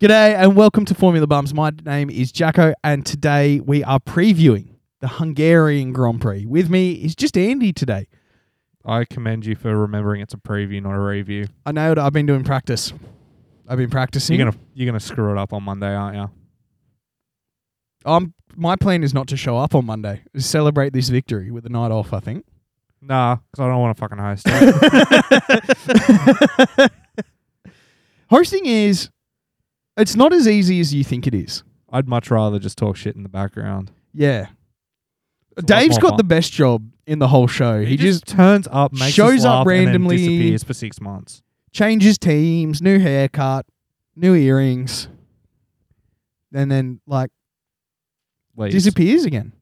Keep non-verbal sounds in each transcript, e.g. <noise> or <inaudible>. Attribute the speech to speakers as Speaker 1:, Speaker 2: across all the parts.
Speaker 1: G'day and welcome to Formula Bums. My name is Jacko, and today we are previewing the Hungarian Grand Prix. With me is just Andy today.
Speaker 2: I commend you for remembering it's a preview, not a review.
Speaker 1: I nailed it. I've been doing practice. I've been practicing.
Speaker 2: You're gonna you're gonna screw it up on Monday, aren't you?
Speaker 1: I'm, my plan is not to show up on Monday. Just Celebrate this victory with a night off, I think. <laughs>
Speaker 2: Nah, because I don't want to fucking host it.
Speaker 1: <laughs> Hosting is, it's not as easy as you think it is.
Speaker 2: I'd much rather just talk shit in the background.
Speaker 1: Yeah.
Speaker 2: It's a lot
Speaker 1: Dave's
Speaker 2: more
Speaker 1: got
Speaker 2: fun.
Speaker 1: the best job in the whole show. He, just
Speaker 2: turns up, makes
Speaker 1: shows
Speaker 2: us
Speaker 1: up
Speaker 2: laugh, and then
Speaker 1: randomly.
Speaker 2: disappears for six months.
Speaker 1: changes teams, new haircut, new earrings, and then like
Speaker 2: Leaves.
Speaker 1: disappears again.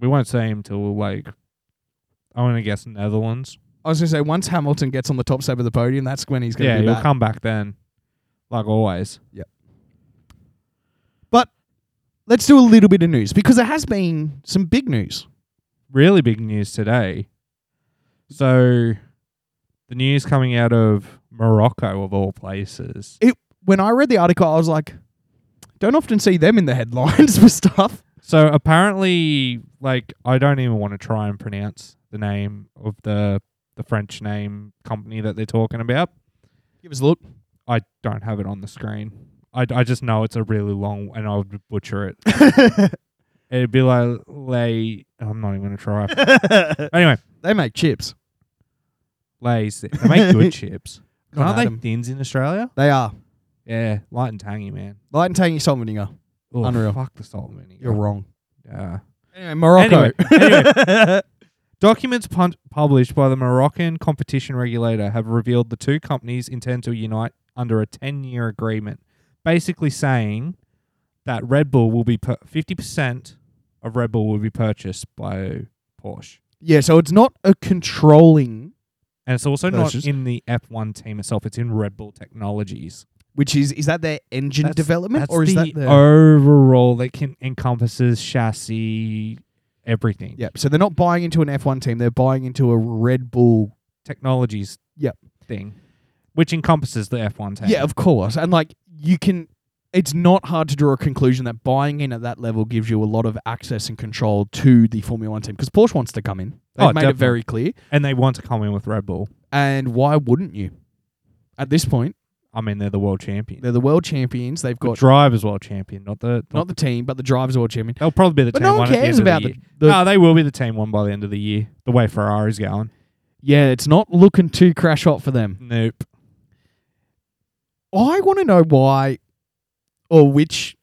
Speaker 2: we won't see him till like I want to guess Netherlands.
Speaker 1: I was gonna say once Hamilton gets on the top step of the podium, that's when he's gonna
Speaker 2: Yeah,
Speaker 1: be
Speaker 2: he'll
Speaker 1: back.
Speaker 2: come back then, like always.
Speaker 1: Let's do a little bit of news because there has been some big news.
Speaker 2: Really big news today. So, the news coming out of Morocco of all places.
Speaker 1: When I read the article, I was like, don't often see them in the headlines <laughs> for stuff.
Speaker 2: So apparently, like I don't even want to try and pronounce the name of the the French name company that they're talking about.
Speaker 1: Give us a look.
Speaker 2: I don't have it on the screen. I, I just know it's a really long and I would butcher it.
Speaker 1: <laughs>
Speaker 2: It'd be like lay. I'm not even gonna try.
Speaker 1: <laughs>
Speaker 2: anyway,
Speaker 1: <laughs> They make chips.
Speaker 2: lays. They
Speaker 1: <laughs>
Speaker 2: make good chips.
Speaker 1: Not
Speaker 2: Aren't they
Speaker 1: Adam.
Speaker 2: thins in Australia?
Speaker 1: They are
Speaker 2: Yeah, light and tangy, man.
Speaker 1: light and tangy salt and vinegar.
Speaker 2: Ugh,
Speaker 1: Unreal.
Speaker 2: Fuck the salt and vinegar.
Speaker 1: You're wrong.
Speaker 2: Yeah.
Speaker 1: Anyway, Morocco. <laughs>
Speaker 2: Anyway, anyway. Documents pun- published by the Moroccan competition regulator have revealed the two companies intend to unite under a 10 year agreement, basically saying that Red Bull will be pur- 50% of Red Bull will be purchased by Porsche.
Speaker 1: yeah, so it's not a controlling,
Speaker 2: And it's also
Speaker 1: Purchase.
Speaker 2: not in the F1 team itself, it's in Red Bull Technologies.
Speaker 1: which is is that their engine
Speaker 2: That's-
Speaker 1: development
Speaker 2: That's
Speaker 1: or is
Speaker 2: the
Speaker 1: that their
Speaker 2: overall that can encompasses chassis, everything.
Speaker 1: Yep. So they're not buying into an F1 team. They're buying into a Red Bull.
Speaker 2: Technologies
Speaker 1: Yep.
Speaker 2: thing, which encompasses the F1 team.
Speaker 1: Yeah, of course. And like you can, it's not hard to draw a conclusion that buying in at that level gives you a lot of access and control to the Formula One team because Porsche wants to come in. They've
Speaker 2: Oh,
Speaker 1: made it
Speaker 2: definitely.
Speaker 1: very clear.
Speaker 2: and they want to come in with Red Bull.
Speaker 1: And why wouldn't you? At this point,
Speaker 2: I mean, they're the world champion.
Speaker 1: they're the world champions. They've
Speaker 2: The
Speaker 1: got
Speaker 2: drivers world champion, not the. Not,
Speaker 1: not the team, but the drivers world champion.
Speaker 2: they'll probably be the
Speaker 1: But
Speaker 2: team
Speaker 1: no
Speaker 2: one
Speaker 1: one
Speaker 2: at the
Speaker 1: cares
Speaker 2: end
Speaker 1: about
Speaker 2: of the
Speaker 1: the.
Speaker 2: year.
Speaker 1: the
Speaker 2: no, they will be the team one by the end of the year. The way Ferrari's going.
Speaker 1: yeah, it's not looking too crash hot for them.
Speaker 2: Nope.
Speaker 1: I want to know why or which,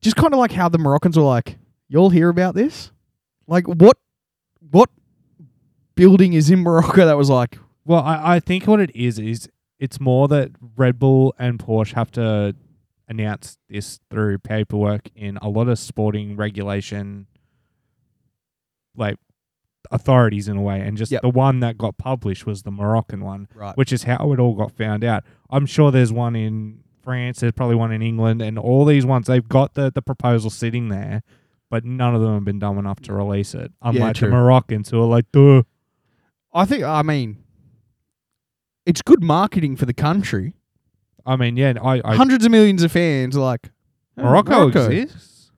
Speaker 1: just kind of like how the Moroccans were like, you'll hear about this. Like what, what building is in Morocco that was like,
Speaker 2: Well, I, I think what it is is it's more that Red Bull and Porsche have to announce this through paperwork in a lot of sporting regulation, like authorities in a way, and just
Speaker 1: Yep.
Speaker 2: the one that got published was the Moroccan one.
Speaker 1: right?
Speaker 2: which is how it all got found out. I'm sure there's one in France, there's probably one in England, and all these ones they've got the, the proposal sitting there, but none of them have been dumb enough to release it. Unlike
Speaker 1: true.
Speaker 2: the Moroccans who are like, duh.
Speaker 1: I think, I mean, it's good marketing for the country.
Speaker 2: I mean, yeah, I, I
Speaker 1: Hundreds of millions of fans are like, "Oh,
Speaker 2: Uh, Morocco, exists.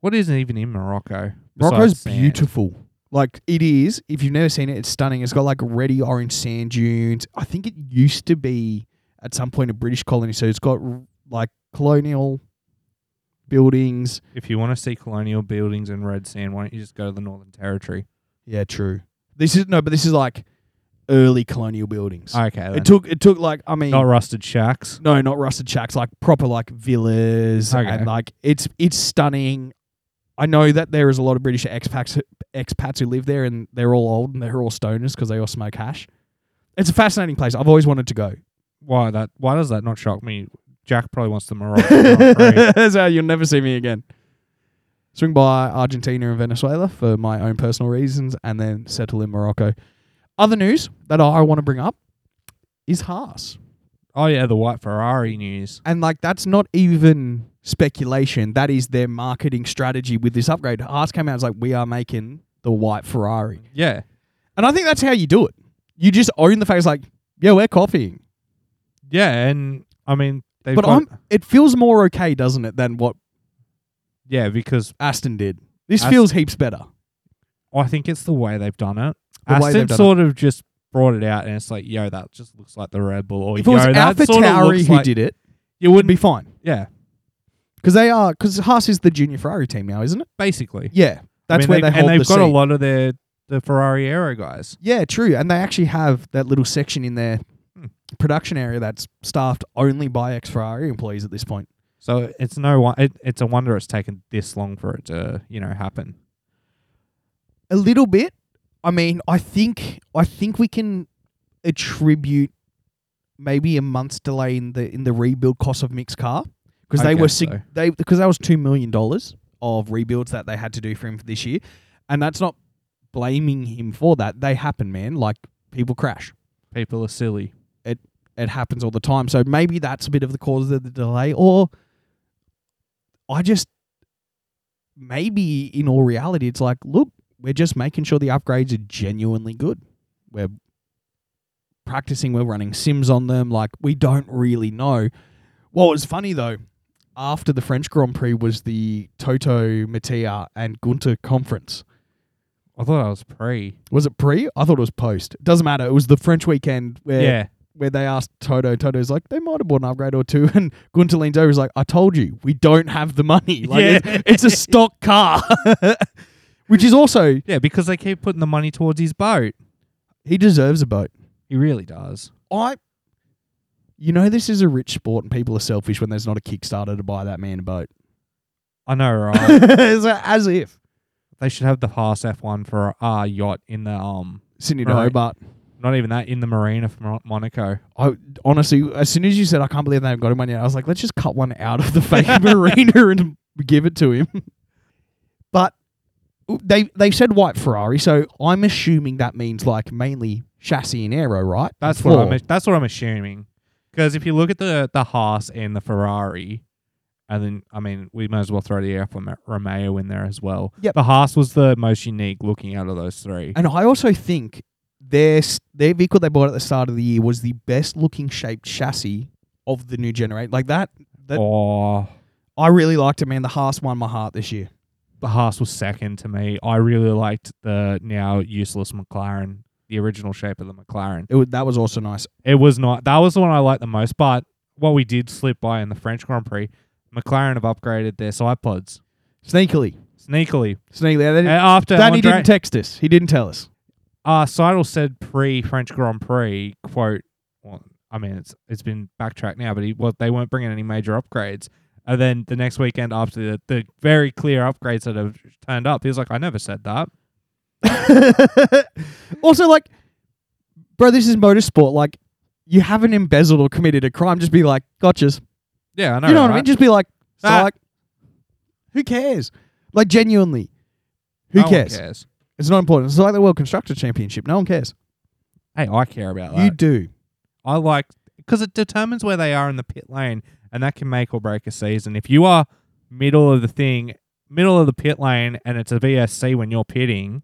Speaker 2: What is even in Morocco?
Speaker 1: Morocco's
Speaker 2: besides sand?
Speaker 1: beautiful. Like it is. If you've never seen it, it's stunning. It's got like reddy orange sand dunes. I think it used to be at some point a British colony, so it's got r- like colonial buildings.
Speaker 2: If you want to see colonial buildings and red sand, why don't you just go to the Northern Territory?
Speaker 1: Yeah, true. This is no, but this is like early colonial buildings.
Speaker 2: Okay, then.
Speaker 1: it took it took like I mean
Speaker 2: not rusted shacks.
Speaker 1: no, not rusted shacks, like proper like villas
Speaker 2: Okay.
Speaker 1: and like it's it's stunning. I know that there is a lot of British expats expats who live there and they're all old and they're all stoners because they all smoke hash. It's a fascinating place. I've always wanted to go.
Speaker 2: Why that? Why does that not shock me? Jack probably wants the Moroccan.
Speaker 1: <laughs>
Speaker 2: Grand Prix.
Speaker 1: so you'll never see me again. Swing by Argentina and Venezuela for my own personal reasons and then settle in Morocco. Other news that I want to bring up is Haas.
Speaker 2: Oh yeah, the white Ferrari news.
Speaker 1: And like that's not even speculation. That is their marketing strategy with this upgrade. Haas came out and was like, we are making the white Ferrari.
Speaker 2: Yeah,
Speaker 1: And I think that's how you do it. You just own the face like, yeah, we're copying.
Speaker 2: yeah, and I mean They've
Speaker 1: But
Speaker 2: got-
Speaker 1: I'm, it feels more okay, doesn't it, than what
Speaker 2: yeah, because
Speaker 1: Aston did. This
Speaker 2: Ast-
Speaker 1: feels heaps better.
Speaker 2: I think it's the way they've done it.
Speaker 1: The way
Speaker 2: Aston
Speaker 1: they've done
Speaker 2: sort of just brought it out, and it's like, yo, that just looks like the Red Bull, or
Speaker 1: If it
Speaker 2: yo,
Speaker 1: was
Speaker 2: Oh, that
Speaker 1: Alpha
Speaker 2: sort of looks
Speaker 1: who
Speaker 2: like
Speaker 1: did it, it
Speaker 2: you
Speaker 1: would
Speaker 2: wouldn't.
Speaker 1: be fine.
Speaker 2: yeah,
Speaker 1: Because they are, because Haas is the junior Ferrari team now, isn't it?
Speaker 2: basically.
Speaker 1: Yeah.
Speaker 2: I
Speaker 1: That's where
Speaker 2: mean,
Speaker 1: they, hold
Speaker 2: and they've
Speaker 1: the
Speaker 2: got a
Speaker 1: seat.
Speaker 2: lot of their the Ferrari Aero guys.
Speaker 1: Yeah, true. And they actually have that little section in their
Speaker 2: Hmm.
Speaker 1: production area that's staffed only by ex Ferrari employees at this point.
Speaker 2: So it's no one. It, it's a wonder it's taken this long for it to you know happen.
Speaker 1: A little bit. I mean, I think I think we can attribute maybe a month's delay in the in the rebuild cost of mixed car because
Speaker 2: I
Speaker 1: they were
Speaker 2: guess
Speaker 1: sig-
Speaker 2: so.
Speaker 1: they because that was two million dollars of rebuilds that they had to do for him for this year, and that's not blaming him for that. They happen, man. Like people crash.
Speaker 2: People are silly.
Speaker 1: it happens all the time. So maybe that's a bit of the cause of the delay, or I just maybe in all reality, it's like, look, we're just making sure the upgrades are genuinely good. We're practicing, we're running sims on them. Like we don't really know. What was funny though, after the French Grand Prix was the Toto Mattia and Gunter conference.
Speaker 2: I thought I was pre.
Speaker 1: Was it pre? I thought it was post. doesn't matter. It was the French weekend where
Speaker 2: yeah.
Speaker 1: where they asked Toto, Toto's like, they might have bought an upgrade or two. <laughs> And Gunter leans over, he's like, I told you, we don't have the money. <laughs> Like,
Speaker 2: Yeah.
Speaker 1: it's, it's a stock car. <laughs> Which is also,
Speaker 2: Yeah, because they keep putting the money towards his boat.
Speaker 1: he deserves a boat.
Speaker 2: He really does.
Speaker 1: I, you know, this is a rich sport and people are selfish when there's not a Kickstarter to buy that man a <laughs> boat.
Speaker 2: I
Speaker 1: <laughs>
Speaker 2: know, right?
Speaker 1: It's like, As if.
Speaker 2: they should have the Haas F1 for our yacht in the um,
Speaker 1: Sydney to
Speaker 2: Right.
Speaker 1: Hobart.
Speaker 2: not even that in the marina from Mon- Monaco.
Speaker 1: I honestly, as soon as you said, I can't believe they haven't got him one yet, I was like, let's just cut one out of the fake
Speaker 2: <laughs>
Speaker 1: marina and give it to him. But they they said white Ferrari, so I'm assuming that means like mainly chassis and aero, right?
Speaker 2: That's
Speaker 1: Floor.
Speaker 2: what I'm. That's what I'm assuming. Because if you look at the the Haas and the Ferrari, and then I mean we might as well throw the F Romeo in there as well.
Speaker 1: Yep.
Speaker 2: The Haas was the most unique looking out of those three.
Speaker 1: And I also think their s- their vehicle they bought at the start of the year was the best looking shaped chassis of the new generation. Like that, that
Speaker 2: oh,
Speaker 1: I really liked it, man. The Haas won my heart this year.
Speaker 2: the Haas was second to me. I really liked the now useless McLaren, the original shape of the McLaren.
Speaker 1: It was, that was also nice.
Speaker 2: It was not. That was the one I liked the most. But what we did slip by in the French Grand Prix, McLaren have upgraded their side pods
Speaker 1: Sneakily,
Speaker 2: sneakily.
Speaker 1: sneakily. They
Speaker 2: And
Speaker 1: didn't-
Speaker 2: after
Speaker 1: Danny
Speaker 2: Andre-
Speaker 1: didn't text us. He didn't tell us.
Speaker 2: Uh, Seidel said pre French Grand Prix, quote, well, I mean, it's it's been backtracked now, but he, well, they weren't bringing any major upgrades. And then the next weekend after the, the very clear upgrades that have turned up, he was like, I never said that.
Speaker 1: <laughs> also, like, bro, this is motorsport. Like, you haven't embezzled or committed a crime. Just be like, gotchas.
Speaker 2: Yeah, I know.
Speaker 1: you know what I
Speaker 2: right?
Speaker 1: mean? Just be like, so
Speaker 2: Ah.
Speaker 1: like, who cares? Like, genuinely, who
Speaker 2: No one
Speaker 1: cares? It's not important. It's like the World Constructor Championship. No one cares.
Speaker 2: Hey, I care about that.
Speaker 1: You do.
Speaker 2: I like, because it determines where they are in the pit lane, and that can make or break a season. If you are middle of the thing, middle of the pit lane, and it's a VSC when you're pitting,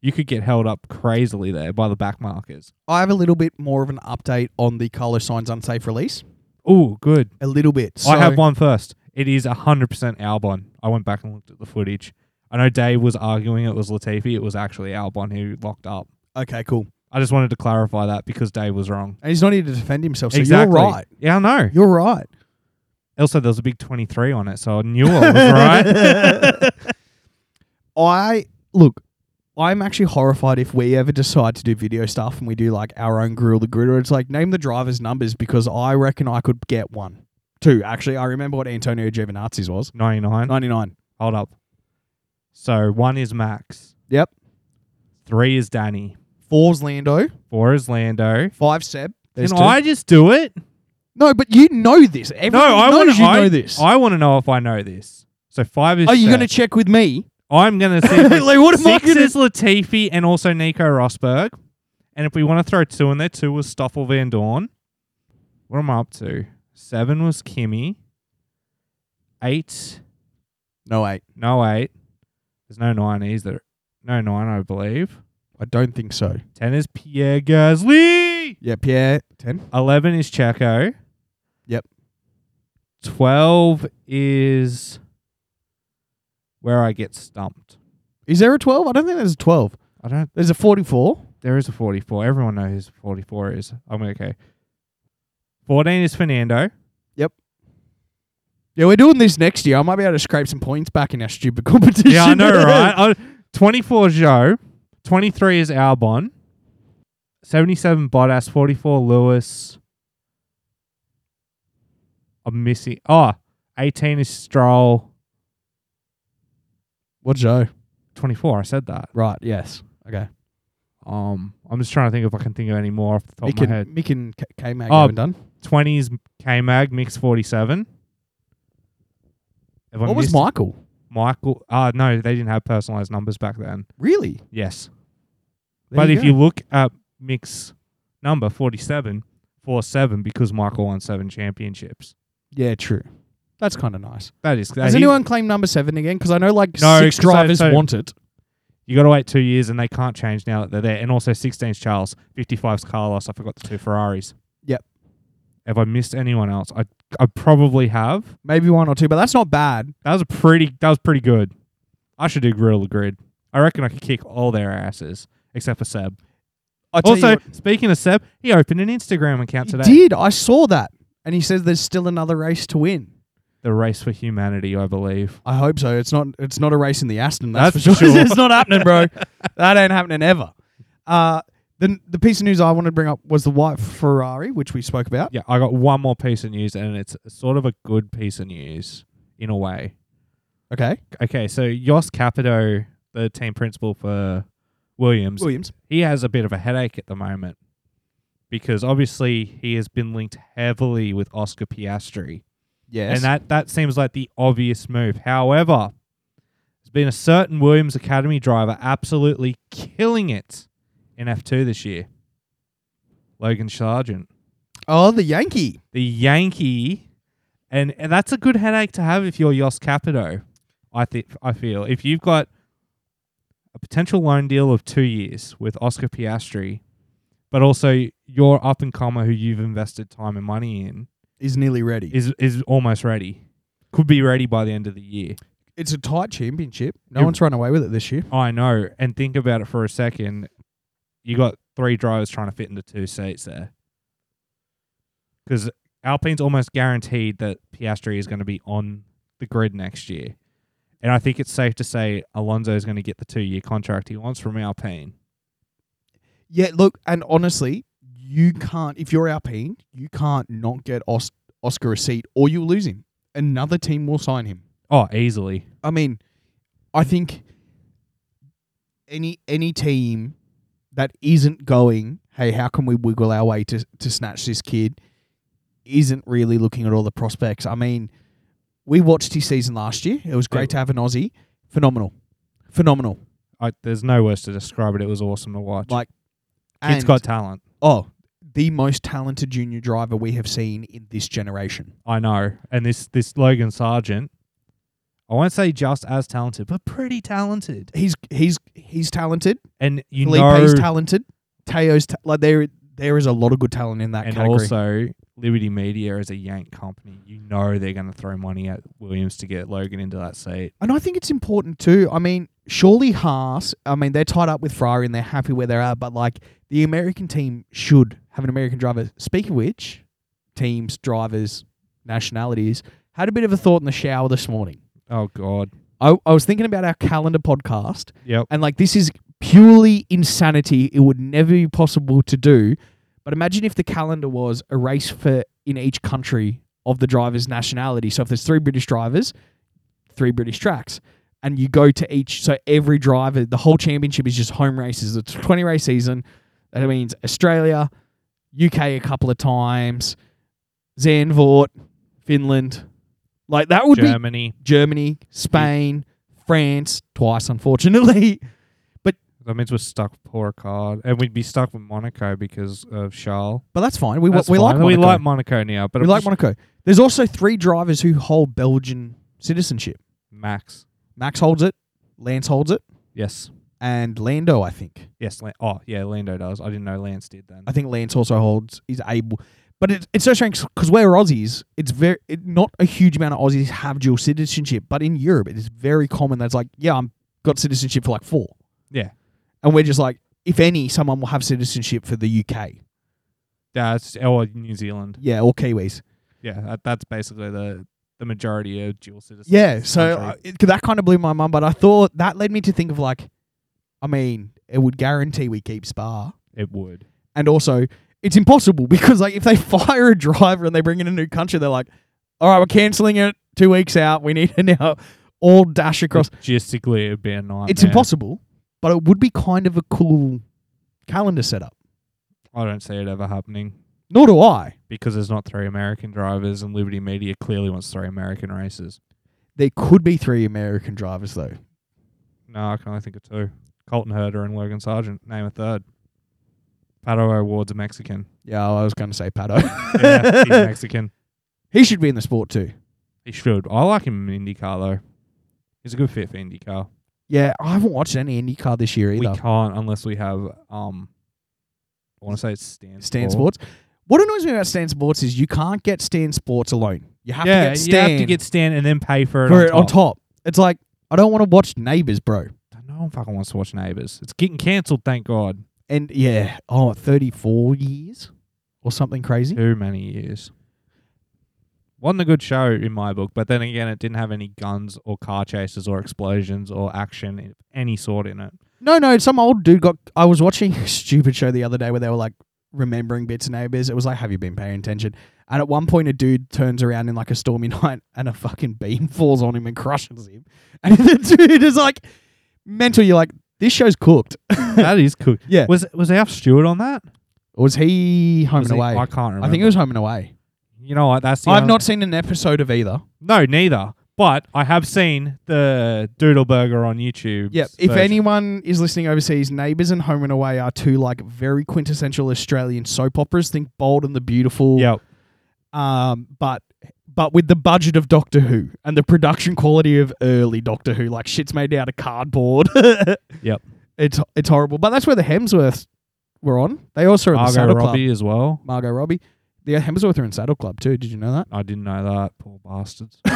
Speaker 2: you could get held up crazily there by the back markers.
Speaker 1: I have a little bit more of an update on the Carlos Sainz unsafe release.
Speaker 2: Oh, good.
Speaker 1: A little bit. So,
Speaker 2: I have one first. It is 100% Albon. I went back and looked at the footage. I know Dave was arguing it was Latifi. It was actually Albon who locked up.
Speaker 1: Okay, cool.
Speaker 2: I just wanted to clarify that because Dave was wrong.
Speaker 1: And he's not here to defend himself. So you're right.
Speaker 2: Yeah, I know.
Speaker 1: You're right.
Speaker 2: Also, there was a big 23 on it, so I knew I was
Speaker 1: <laughs>
Speaker 2: right.
Speaker 1: I look, I'm actually horrified if we ever decide to do video stuff and we do like our own grill the gritter. It's like name the drivers' numbers because I reckon I could get one, two. Actually, I remember what Antonio Giovinazzi's was
Speaker 2: 99.
Speaker 1: ninety nine.
Speaker 2: Hold up. So one is Max.
Speaker 1: Yep.
Speaker 2: Three is Danny.
Speaker 1: Four's Lando,
Speaker 2: Four is Lando.
Speaker 1: five Seb. There's
Speaker 2: Can
Speaker 1: two.
Speaker 2: I just do it?
Speaker 1: no, but you know this. Everyone
Speaker 2: no, I
Speaker 1: knows
Speaker 2: want to
Speaker 1: you know this.
Speaker 2: I want to know if I know this. So five is.
Speaker 1: Are you
Speaker 2: Seb.
Speaker 1: going to check with me? <laughs>
Speaker 2: I'm going to see. if I-
Speaker 1: like, what am I
Speaker 2: Six
Speaker 1: going to?
Speaker 2: is Latifi and also Nico Rosberg. And if we want to throw two in there, two was Stoffel Van Dorn. What am I up to? Seven was Kimmy. Eight,
Speaker 1: No, wait,
Speaker 2: no eight. There's no nine either. No nine, I believe.
Speaker 1: I don't think so.
Speaker 2: Ten is Pierre Gasly.
Speaker 1: Yeah, Pierre ten.
Speaker 2: Eleven is Checo.
Speaker 1: Yep.
Speaker 2: 12 is where I get stumped.
Speaker 1: Is there a 12? I don't think there's a 12.
Speaker 2: I don't.
Speaker 1: There's a 44.
Speaker 2: There is a 44. Everyone knows who 44 is. I'm okay. 14 is
Speaker 1: <laughs>
Speaker 2: Fernando.
Speaker 1: Yeah, we're doing this next year. I might be able to scrape some points back in our stupid <laughs> competition.
Speaker 2: Yeah, I know, right? I, 24 Joe. 23 is Albon. 77 Bottas. 44 Lewis. I'm missing. Oh, 18 is Stroll.
Speaker 1: what Joe?
Speaker 2: 24, I said that.
Speaker 1: Right, yes. Okay.
Speaker 2: Um, I'm just trying to think if I can think of any more off the top
Speaker 1: Mick
Speaker 2: of my head.
Speaker 1: and, Mick and K- K-Mag
Speaker 2: Oh,
Speaker 1: haven't done.
Speaker 2: 20 is K Mag, mix 47. Have I
Speaker 1: What was
Speaker 2: missed
Speaker 1: Michael?
Speaker 2: Michael? Uh, no, they didn't have personalized numbers back then.
Speaker 1: Really?
Speaker 2: Yes.
Speaker 1: There
Speaker 2: but if
Speaker 1: go.
Speaker 2: you look at mix number 47, 47 because Michael won seven championships.
Speaker 1: Yeah, true. That's kind of nice.
Speaker 2: That is
Speaker 1: Has
Speaker 2: he-
Speaker 1: anyone claimed number seven again? Because I know like
Speaker 2: No,
Speaker 1: six
Speaker 2: 'cause I-
Speaker 1: drivers
Speaker 2: so-
Speaker 1: want it.
Speaker 2: You got to wait two years, and they can't change now that they're there. And also 16's Charles, 55's Carlos. I forgot the two Ferraris.
Speaker 1: Yep.
Speaker 2: Have I missed anyone else? I I probably have.
Speaker 1: Maybe one or two, but that's not bad.
Speaker 2: That was a pretty. That was pretty good. I should do Gorilla Grid. I reckon I could kick all their asses except for Seb.
Speaker 1: I tell you
Speaker 2: Also,
Speaker 1: what-
Speaker 2: speaking of Seb, he opened an Instagram account today.
Speaker 1: he did. I saw that. And he says there's still another race to win.
Speaker 2: The race for humanity, I believe.
Speaker 1: I hope so. It's not. It's not a race in the Aston. That's,
Speaker 2: That's
Speaker 1: for
Speaker 2: for
Speaker 1: sure. <laughs>
Speaker 2: <laughs> sure.
Speaker 1: it's not happening, bro. that ain't happening ever. Uh, the the piece of news I wanted to bring up was the white Ferrari, which we spoke about.
Speaker 2: yeah, I got one more piece of news, and it's sort of a good piece of news in a way.
Speaker 1: Okay,
Speaker 2: Okay, so Jos Capito, the team principal for Williams,
Speaker 1: Williams.
Speaker 2: he has a bit of a headache at the moment because obviously he has been linked heavily with Oscar Piastri,
Speaker 1: Yes.
Speaker 2: and that that seems like the obvious move. However, there's been a certain Williams Academy driver absolutely killing it in F2 this year, Logan Sargent.
Speaker 1: oh, the Yankee.
Speaker 2: the Yankee, and, and that's a good headache to have if you're Yos Capito. I think I feel if you've got a potential loan deal of two years with Oscar Piastri, but also your up and comer who you've invested time and money in
Speaker 1: Is nearly ready.
Speaker 2: is is almost ready, could be ready by the end of the year.
Speaker 1: it's a tight championship. No
Speaker 2: It-
Speaker 1: one's run away with it this year.
Speaker 2: I know, and think about it for a second. You got three drivers trying to fit into two seats there, because Alpine's almost guaranteed that Piastri is going to be on the grid next year, and I think it's safe to say Alonso is going to get the two-year contract he wants from Alpine.
Speaker 1: Yeah. Look, and honestly, you can't. If you're Alpine, you can't not get Os- Oscar a seat, or you'll lose him. Another team will sign him.
Speaker 2: Oh, easily.
Speaker 1: I mean, I think any any team that isn't going, hey, how can we wiggle our way to to snatch this kid, isn't really looking at all the prospects. I mean, we watched his season last year. It was great to have an Aussie. Phenomenal, phenomenal.
Speaker 2: I, there's no words to describe it. It was awesome to watch.
Speaker 1: Like,
Speaker 2: Kid's
Speaker 1: and-
Speaker 2: got talent.
Speaker 1: oh, the most talented junior driver we have seen in this generation.
Speaker 2: I know. And this this Logan Sargent, I won't say just as talented, but pretty talented.
Speaker 1: He's he's he's talented.
Speaker 2: And you
Speaker 1: Felipe's
Speaker 2: know,
Speaker 1: talented. Teo's ta- like there there is a lot of good talent in that
Speaker 2: and
Speaker 1: category.
Speaker 2: also Liberty Media is a Yank company. You know they're going to throw money at Williams to get Logan into that seat.
Speaker 1: And I think it's important too. I mean, surely Haas, I mean, they're tied up with Ferrari and they're happy where they're at, but like the American team should have an American driver. Speaking of which, teams, drivers, nationalities, had a bit of a thought in the shower this morning.
Speaker 2: Oh God.
Speaker 1: I, I was thinking about our calendar podcast,
Speaker 2: Yep.
Speaker 1: and like this is purely insanity. It would never be possible to do. But imagine if the calendar was a race for in each country of the driver's nationality. So if there's three British drivers, three British tracks, and you go to each. So every driver, the whole championship is just home races. It's a 20 race season. That means Australia, UK a couple of times, Zandvoort, Finland. Like that would be
Speaker 2: Germany.
Speaker 1: Germany, Spain, France, twice, unfortunately.
Speaker 2: That means we're stuck with poor card, and we'd be stuck with Monaco because of Charles.
Speaker 1: But that's fine. We,
Speaker 2: That's
Speaker 1: we like
Speaker 2: fine.
Speaker 1: Monaco.
Speaker 2: we like Monaco now, but
Speaker 1: We
Speaker 2: I'm
Speaker 1: like
Speaker 2: just-
Speaker 1: Monaco. There's also three drivers who hold Belgian citizenship.
Speaker 2: Max.
Speaker 1: Max holds it, Lance holds it,
Speaker 2: Yes.
Speaker 1: and Lando, I think.
Speaker 2: Yes. Lan- oh yeah, Lando does. I didn't know Lance did then.
Speaker 1: I think Lance also holds, is able. But it, it's so strange because we're Aussies. It's very it, not a huge amount of Aussies have dual citizenship, but in Europe it is very common. That's like, yeah, I'm got citizenship for like four,
Speaker 2: Yeah.
Speaker 1: and we're just like, if any, someone will have citizenship for the UK,
Speaker 2: That's or New Zealand.
Speaker 1: yeah, or Kiwis,
Speaker 2: Yeah, that, that's basically the the majority of dual citizens.
Speaker 1: yeah.
Speaker 2: in this
Speaker 1: So uh,
Speaker 2: country.
Speaker 1: it, that kind of blew my mind. But I thought that led me to think of like, I mean, it would guarantee we keep Spa,
Speaker 2: it would.
Speaker 1: and also it's impossible <laughs> because like if they fire a driver and they bring in a new country, they're like, all right, we're canceling it two weeks out. We need <laughs> to now all dash across.
Speaker 2: Logistically, it'd be a nightmare.
Speaker 1: it's impossible, but it would be kind of a cool calendar setup.
Speaker 2: I don't see it ever happening
Speaker 1: Nor do I.
Speaker 2: because there's not three American drivers, and Liberty Media clearly wants three American races.
Speaker 1: There could be three American drivers though.
Speaker 2: No, I can only think of two: Colton Herder and Logan Sargent. Name a third. Pato Award's
Speaker 1: <laughs>
Speaker 2: a Mexican.
Speaker 1: Yeah, I was going to say Pato. <laughs>
Speaker 2: Yeah, he's Mexican.
Speaker 1: he should be in the sport too.
Speaker 2: He should. I like him in IndyCar though. He's a good fit for IndyCar.
Speaker 1: Yeah, I haven't watched any IndyCar this year
Speaker 2: We
Speaker 1: either.
Speaker 2: can't unless we have um. I want to say it's Stan.
Speaker 1: Stan
Speaker 2: Sport.
Speaker 1: Sports. What annoys me about Stan Sports is you can't get Stan Sports alone. You have
Speaker 2: yeah,
Speaker 1: to get Stan
Speaker 2: you have to get Stan and then pay for it,
Speaker 1: for
Speaker 2: on,
Speaker 1: it
Speaker 2: top.
Speaker 1: on top. It's like I don't want to watch Neighbours, bro.
Speaker 2: No one fucking wants to watch Neighbours. It's getting cancelled. Thank God.
Speaker 1: And yeah, oh, 34 years or something crazy.
Speaker 2: Too many years. Wasn't a good show in my book, but then again, it didn't have any guns or car chases or explosions or action of any sort
Speaker 1: <laughs>
Speaker 2: in it.
Speaker 1: No, no, some old dude got. I was watching <laughs> a stupid show the other day where they were like remembering bits and neighbors. It was like, have you been paying attention? And at one point, a dude turns around in like a stormy <laughs> night and a fucking beam <laughs> falls on him and crushes him. <laughs> And the dude is like, mental. You're like, this show's cooked.
Speaker 2: that is cool.
Speaker 1: Yeah.
Speaker 2: Was was Alf Stewart on that?
Speaker 1: Was he home
Speaker 2: Was
Speaker 1: and
Speaker 2: he-
Speaker 1: away?
Speaker 2: I can't remember.
Speaker 1: I think it was home and away.
Speaker 2: You know what? That's the
Speaker 1: I've
Speaker 2: only-
Speaker 1: not seen an episode of either.
Speaker 2: No, neither. But I have seen the Doodle Burger on YouTube.
Speaker 1: Yeah. If anyone is listening overseas, Neighbours and Home and Away are two like very quintessential Australian soap operas. Think Bold and the Beautiful.
Speaker 2: Yep.
Speaker 1: um, but but with the budget of Doctor Who and the production quality of early Doctor Who, like shit's made out of cardboard. <laughs>
Speaker 2: Yep.
Speaker 1: it's it's horrible. But that's where the Hemsworths were on. They also are in the
Speaker 2: Argo
Speaker 1: Saddle
Speaker 2: Robbie as well.
Speaker 1: Club. Margot Robbie, the Hemsworths are in Saddle Club too. Did you know that?
Speaker 2: I didn't know that. Poor bastards.
Speaker 1: <laughs>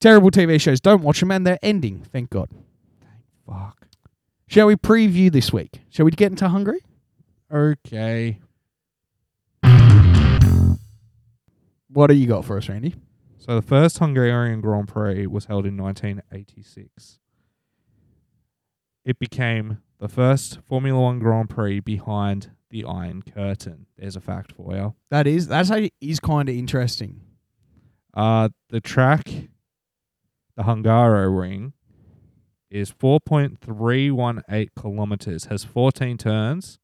Speaker 1: Terrible TV shows. Don't watch them, and they're ending. Thank God.
Speaker 2: Fuck.
Speaker 1: Shall we preview this week? Shall we get into Hungary?
Speaker 2: Okay.
Speaker 1: What do you got for us, Randy?
Speaker 2: So the first Hungarian Grand Prix was held in 1986. It became the first Formula One Grand Prix behind the Iron Curtain. There's a fact for you.
Speaker 1: That is that's actually is kind of interesting.
Speaker 2: Uh, the track, the Hungaro Ring, is 4.318 kilometers, has 14 turns,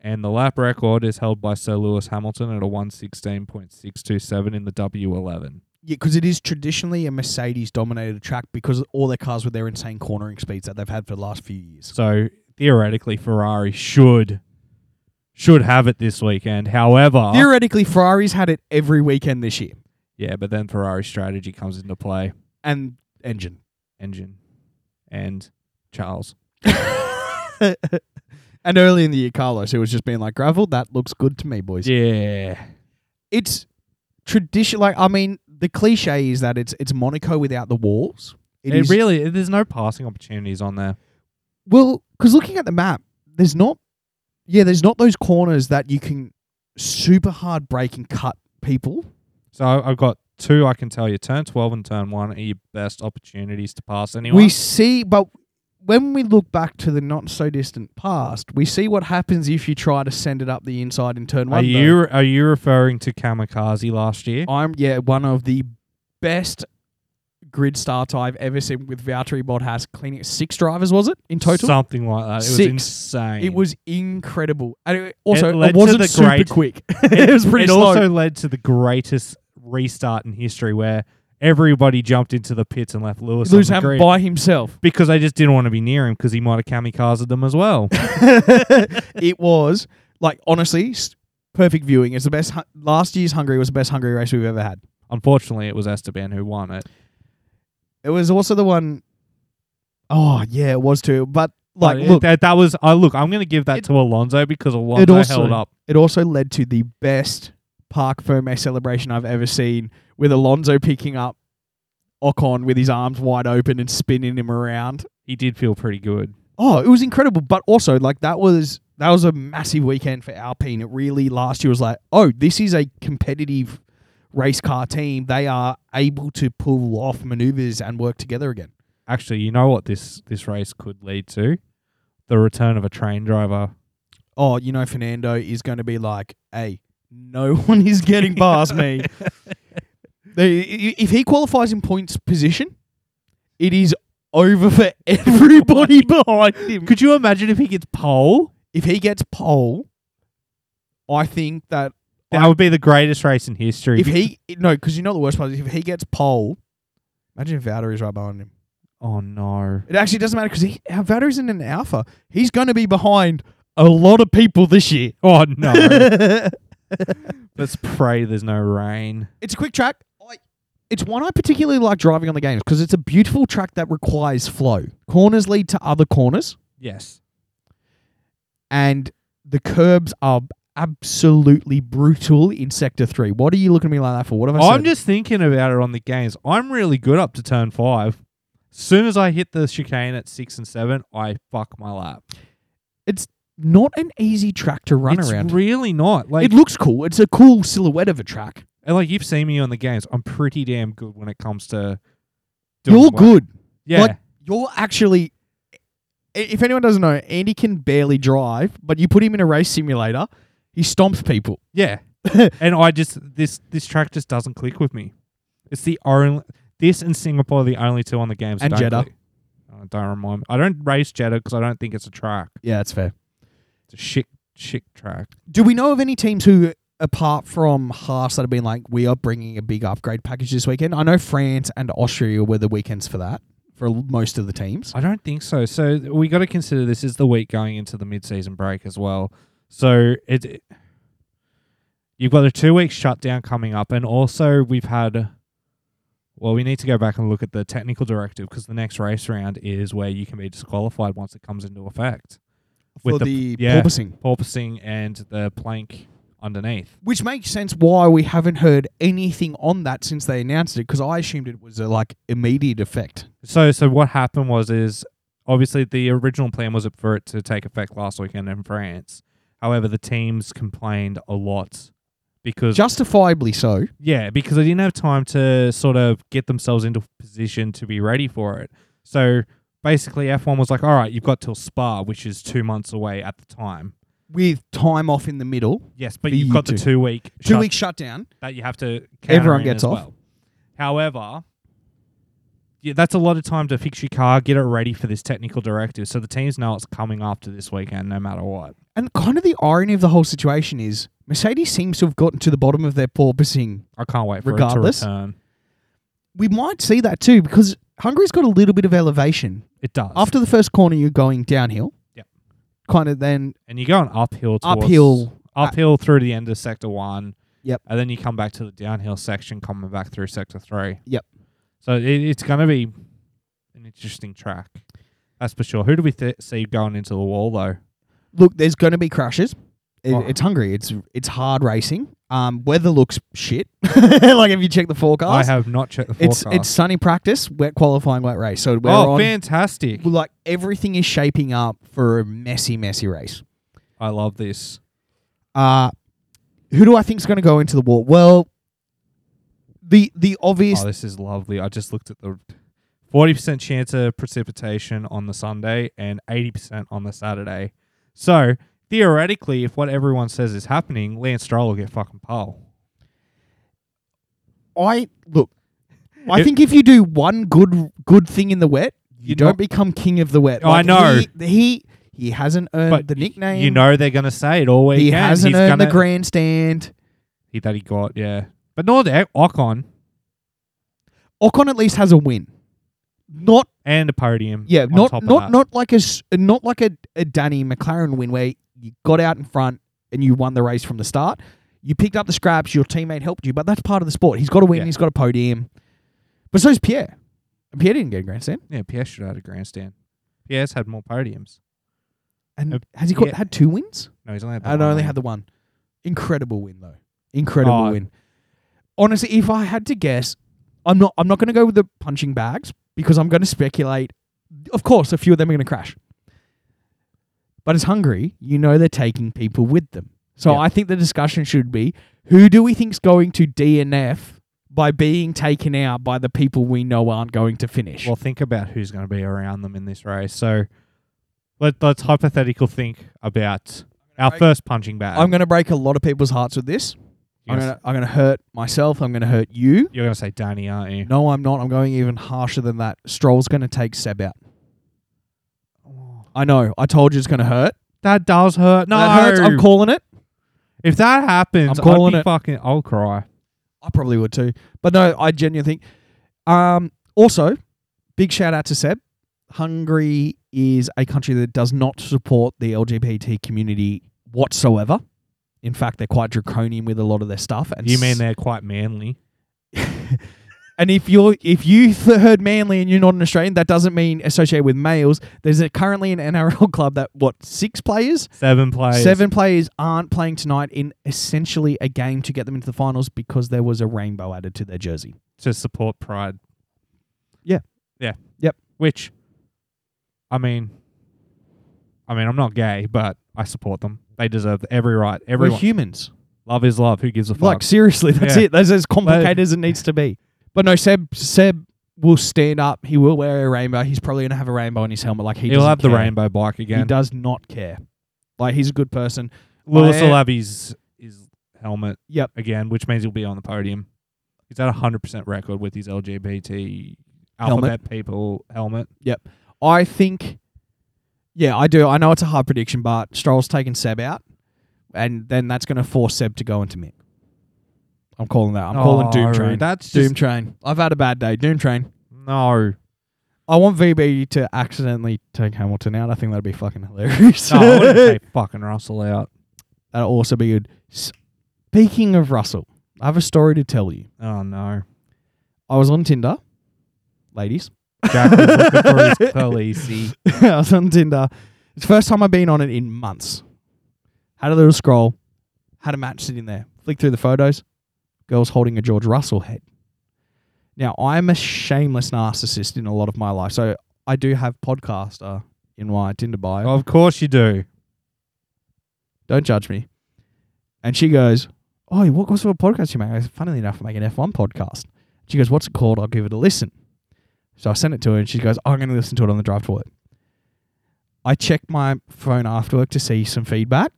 Speaker 2: and the lap record is held by Sir Lewis Hamilton at a 116.627 in the W11.
Speaker 1: Yeah, because it is traditionally a Mercedes dominated track because all their cars with their insane cornering speeds that they've had for the last few years.
Speaker 2: So theoretically, Ferrari should should have it this weekend.
Speaker 1: Uh-huh.
Speaker 2: However,
Speaker 1: Theoretically, Ferrari's had it every weekend this year.
Speaker 2: yeah, but then Ferrari strategy comes into play,
Speaker 1: And <laughs> engine.
Speaker 2: engine, and Charles.
Speaker 1: and early in the year, Carlos, who was just being like, gravel, that looks good to me, boys.
Speaker 2: Yeah,
Speaker 1: It's tradition. Like, I mean, the cliche is that it's it's Monaco without the walls.
Speaker 2: it,
Speaker 1: is-
Speaker 2: really there's no passing opportunities on there.
Speaker 1: Well, because looking at the map, there's not, yeah, there's not those corners that you can super hard break and cut people.
Speaker 2: So I've got two I can tell you. Turn 12 and turn 1 are your best opportunities to pass anyone.
Speaker 1: We see, but when we look back to the not so distant past, we see what happens if you try to send it up the inside in turn
Speaker 2: are
Speaker 1: one. though. Oh,
Speaker 2: you are you referring to Kamikaze last year?
Speaker 1: I'm yeah, one of the best grid starts I've ever seen with Valtteri Bottas cleaning six drivers. Was it in total?
Speaker 2: Something like that. It was
Speaker 1: Six.
Speaker 2: insane.
Speaker 1: It was incredible, and it, also
Speaker 2: led
Speaker 1: it,
Speaker 2: to
Speaker 1: wasn't
Speaker 2: the
Speaker 1: super
Speaker 2: great-
Speaker 1: quick. <laughs> it was pretty
Speaker 2: it
Speaker 1: slow.
Speaker 2: also led to the greatest restart in history where everybody jumped into the pits and
Speaker 1: <laughs>
Speaker 2: left Lewis,
Speaker 1: Lewis
Speaker 2: on the
Speaker 1: Hamilton
Speaker 2: grid
Speaker 1: by
Speaker 2: <laughs>
Speaker 1: himself.
Speaker 2: because they just didn't want to be near him because he might have kamikaze them as well. <laughs>
Speaker 1: it was like honestly s- perfect viewing. It's the best. hu- Last year's Hungary was the best Hungary race we've ever had.
Speaker 2: Unfortunately, it was Esteban who won it.
Speaker 1: It was also the one oh yeah, it was too. But like
Speaker 2: But it-
Speaker 1: look,
Speaker 2: that, that was I look. I'm going to give that
Speaker 1: It-
Speaker 2: to Alonso because Alonso
Speaker 1: also-
Speaker 2: held up.
Speaker 1: it also led to the best Park Ferme celebration I've ever seen, with Alonso picking up Ocon with his arms wide open and spinning him around.
Speaker 2: He did feel pretty good.
Speaker 1: Oh, it was incredible. But also, like that was that was a massive weekend for Alpine. It really last year was like, oh, this is a competitive race car team. They are able to pull off maneuvers and work together again.
Speaker 2: Actually, you know what this this race could lead to? The return of a train driver.
Speaker 1: Oh, you know, Fernando is going to be like, hey, no <laughs> one is getting past me. They, i- if he qualifies in points position, it is over for <laughs> everybody behind him.
Speaker 2: Could you imagine if he gets pole?
Speaker 1: If he gets pole, I think that
Speaker 2: That would be the greatest race in history.
Speaker 1: If he no, because you know the worst part is if he gets pole. Imagine if Vader is right behind him.
Speaker 2: oh no!
Speaker 1: It actually doesn't matter because Vader isn't an alpha. He's going to be behind a lot of people this year. <laughs>
Speaker 2: Oh no!
Speaker 1: it's
Speaker 2: Let's pray there's no rain.
Speaker 1: a quick track. I, it's one I particularly like driving on the games because it's a beautiful track that requires flow. Corners lead to other corners,
Speaker 2: Yes.
Speaker 1: and the curbs are absolutely brutal in sector three. What are you looking at me like that for? What have I
Speaker 2: I'm
Speaker 1: said?
Speaker 2: just thinking about it on the games. I'm really good up to turn five. Soon as I hit the chicane at six and seven, I fuck my lap.
Speaker 1: Not an easy track to run
Speaker 2: it's
Speaker 1: around.
Speaker 2: really not like
Speaker 1: it looks cool. It's a cool silhouette of a track.
Speaker 2: And like you've seen me on the games, I'm pretty damn good when it comes to.
Speaker 1: You're
Speaker 2: well.
Speaker 1: good.
Speaker 2: Yeah.
Speaker 1: Like- You're actually. i- If anyone doesn't know, Andy can barely drive, but you put him in a race simulator, he stomps people. <laughs>
Speaker 2: yeah. and I just this this track just doesn't click with me. It's the only this and Singapore are the only two on the games. that
Speaker 1: And
Speaker 2: don't
Speaker 1: Jeddah.
Speaker 2: click. Oh, don't remind me. I don't race Jeddah because I don't think it's a track.
Speaker 1: Yeah, that's fair.
Speaker 2: It's a shit shit track.
Speaker 1: Do we know of any teams who, apart from Haas, that have been like, we are bringing a big upgrade package this weekend? I know France and Austria were the weekends for that, for l- most of the teams.
Speaker 2: I don't think so. So we got to consider this is the week going into the mid-season break as well. So it, it- you've got a two-week shutdown coming up, and also we've had. Well, we need to go back and look at the technical directive because the next race round is where you can be disqualified once it comes into effect.
Speaker 1: For
Speaker 2: With
Speaker 1: the,
Speaker 2: yeah.
Speaker 1: porpoising.
Speaker 2: porpoising and the plank underneath.
Speaker 1: Which makes sense why we haven't heard anything on that since they announced it, because I assumed it was a like immediate effect.
Speaker 2: So, so what happened was is obviously the original plan was for it to take effect last weekend in France. However, the teams complained a lot because
Speaker 1: Justifiably so.
Speaker 2: yeah, because they didn't have time to sort of get themselves into position to be ready for it. So basically, F1 was like, "All right, you've got till Spa, which is two months away at the time."
Speaker 1: with time off in the middle,
Speaker 2: Yes, but
Speaker 1: For
Speaker 2: you've
Speaker 1: you
Speaker 2: got the
Speaker 1: two.
Speaker 2: two week
Speaker 1: two week shutdown.
Speaker 2: that you have to. counter
Speaker 1: Everyone
Speaker 2: in
Speaker 1: gets
Speaker 2: as
Speaker 1: off.
Speaker 2: Well. However, yeah, that's a lot of time to fix your car, get it ready for this technical directive. So the teams know it's coming after this weekend, no matter what.
Speaker 1: And kind of the irony of the whole situation is Mercedes seems to have gotten to the bottom of their porpoising.
Speaker 2: I can't wait for
Speaker 1: Regardless?
Speaker 2: it to return.
Speaker 1: We might see that too because Hungary's got a little bit of elevation.
Speaker 2: It does,
Speaker 1: After the first corner, you're going downhill.
Speaker 2: Yep.
Speaker 1: Kind of then
Speaker 2: and you're going uphill. Towards,
Speaker 1: uphill.
Speaker 2: uphill through the end of sector one.
Speaker 1: Yep.
Speaker 2: And then you come back to the downhill section, coming back through sector three.
Speaker 1: Yep.
Speaker 2: So it, it's going to be an interesting track. That's for sure. Who do we th- see going into the wall though?
Speaker 1: Look, there's going to be crashes. It,
Speaker 2: Oh.
Speaker 1: It's Hungary. It's it's hard racing. Um, weather looks shit. <laughs> like if you check the forecast,
Speaker 2: I have not checked the
Speaker 1: it's
Speaker 2: forecast.
Speaker 1: it's sunny practice, wet qualifying, wet race. So we're
Speaker 2: oh,
Speaker 1: on.
Speaker 2: fantastic!
Speaker 1: Like everything is shaping up for a messy, messy race.
Speaker 2: I love this.
Speaker 1: Uh, who do I think's going to go into the wall? Well, the the obvious.
Speaker 2: Oh, this is lovely. I just looked at the forty percent chance of precipitation on the Sunday and eighty percent on the Saturday. So theoretically, if what everyone says is happening, Lance Stroll will get fucking pole.
Speaker 1: I look. I
Speaker 2: Oh, It-
Speaker 1: think if you do one good good thing in the wet, you
Speaker 2: You're
Speaker 1: don't
Speaker 2: not-
Speaker 1: become king of the wet.
Speaker 2: Oh, I know.
Speaker 1: he he, he hasn't earned
Speaker 2: But
Speaker 1: the
Speaker 2: y-
Speaker 1: nickname.
Speaker 2: You know they're gonna say it all weekend.
Speaker 1: he hasn't
Speaker 2: He's
Speaker 1: earned
Speaker 2: gonna,
Speaker 1: the grandstand.
Speaker 2: he, that he got. Yeah, but not Ocon
Speaker 1: Ocon at least has a win. Not
Speaker 2: and a podium.
Speaker 1: yeah,
Speaker 2: on
Speaker 1: not
Speaker 2: top of
Speaker 1: not
Speaker 2: that.
Speaker 1: not like a s- not like a, a Danny McLaren win where you got out in front and you won the race from the start. You picked up the scraps. Your teammate helped you, but that's part of the sport. He's got to win.
Speaker 2: Yeah.
Speaker 1: He's got a podium. But so's Pierre. And Pierre didn't get a grandstand.
Speaker 2: Yeah, Pierre should have had a grandstand. Pierre's had more podiums.
Speaker 1: And
Speaker 2: Uh,
Speaker 1: has he got
Speaker 2: yeah.
Speaker 1: had two wins?
Speaker 2: No, he's only had the
Speaker 1: And I
Speaker 2: one
Speaker 1: only
Speaker 2: win.
Speaker 1: had the one. Incredible win though. Incredible
Speaker 2: Um, Oh.
Speaker 1: win. Honestly, if I had to guess, I'm not I'm not gonna go with the punching bags because I'm gonna speculate of course a few of them are gonna crash. But it's Hungary, you know they're taking people with them. So
Speaker 2: Yeah.
Speaker 1: I think the discussion should be who do we think's going to DNF by being taken out by the people we know aren't going to finish?
Speaker 2: Well, think about who's going to be around them in this race. So let, let's hypothetical think about our
Speaker 1: break-
Speaker 2: first punching bag.
Speaker 1: I'm gonna break a lot of people's hearts with this.
Speaker 2: you're,
Speaker 1: I'm
Speaker 2: gonna,
Speaker 1: gonna, I'm gonna hurt myself, I'm gonna hurt you.
Speaker 2: you're gonna say Danny, aren't you?
Speaker 1: No, I'm not. I'm going even harsher than that. Stroll's going to take Seb out. I know. I told you it's going to hurt.
Speaker 2: That does hurt. No,
Speaker 1: That hurts. I'm calling it.
Speaker 2: if that happens,
Speaker 1: I'm calling
Speaker 2: I'd be
Speaker 1: it.
Speaker 2: Fucking, I'll cry.
Speaker 1: I probably would too. But no, I genuinely think. Um, also, big shout out to Seb. Hungary is a country that does not support the LGBT community whatsoever. In fact, they're quite draconian with a lot of their stuff. And
Speaker 2: You mean
Speaker 1: s-
Speaker 2: they're quite manly?
Speaker 1: And if you're if you th- heard Manly and you're not an Australian, that doesn't mean associated with males. There's a, currently an NRL <laughs> club that what six players,
Speaker 2: Seven players.
Speaker 1: seven players aren't playing tonight in essentially a game to get them into the finals because there was a rainbow added to their jersey.
Speaker 2: to support Pride.
Speaker 1: Yeah.
Speaker 2: Yeah.
Speaker 1: Yep.
Speaker 2: Which, I mean, I mean, I'm not gay, but I support them. They deserve every right.
Speaker 1: We're
Speaker 2: Everyone,
Speaker 1: humans.
Speaker 2: love is love. Who gives a fuck?
Speaker 1: Like seriously, that's
Speaker 2: Yeah.
Speaker 1: it. That's as complicated as it needs to be. But no, Seb Seb will stand up. He will wear a rainbow. He's probably gonna have a rainbow on his helmet. Like he
Speaker 2: He'll
Speaker 1: doesn't
Speaker 2: have the
Speaker 1: care.
Speaker 2: rainbow bike
Speaker 1: He
Speaker 2: again.
Speaker 1: does not care. Like he's a good person.
Speaker 2: Lewis
Speaker 1: I-
Speaker 2: will have his, his helmet
Speaker 1: Yep.
Speaker 2: again, which means he'll be on the podium. He's at a 100% record with his LGBT
Speaker 1: Helmet.
Speaker 2: alphabet people helmet.
Speaker 1: I think, yeah, I do. I know it's a hard prediction, but Stroll's taking Seb out, and then that's going to force Seb to go into Mick. I'm calling that. I'm calling
Speaker 2: Oh,
Speaker 1: Doom
Speaker 2: Roo,
Speaker 1: Train.
Speaker 2: That's
Speaker 1: Doom
Speaker 2: just,
Speaker 1: Train. I've had a bad day. Doom Train.
Speaker 2: no.
Speaker 1: I want VB to accidentally take Hamilton out. I think that'd be fucking hilarious.
Speaker 2: No,
Speaker 1: <laughs>
Speaker 2: I wouldn't <laughs> take fucking Russell out.
Speaker 1: That'd also be good. Speaking of Russell, I have a story to tell you.
Speaker 2: Oh, no.
Speaker 1: I was on Tinder, ladies.
Speaker 2: Jack was looking for his
Speaker 1: <laughs>
Speaker 2: Khaleesi.
Speaker 1: I was on Tinder. It's the first time I've been on it in months. Had a little scroll, had a match sitting there. Flicked through the photos, girls holding a George Russell head. Now, I'm a shameless narcissist in a lot of my life. So I do have podcaster in my Tinder bio.
Speaker 2: Of course you do.
Speaker 1: Don't judge me. And she goes, Oh, what what sort of podcast you make? I go, Funnily enough, I make an F1 podcast. She goes, What's it called? I'll give it a listen. So I sent it to her and she goes, oh, I'm going to listen to it on the drive to work. I checked my phone after work to see some feedback.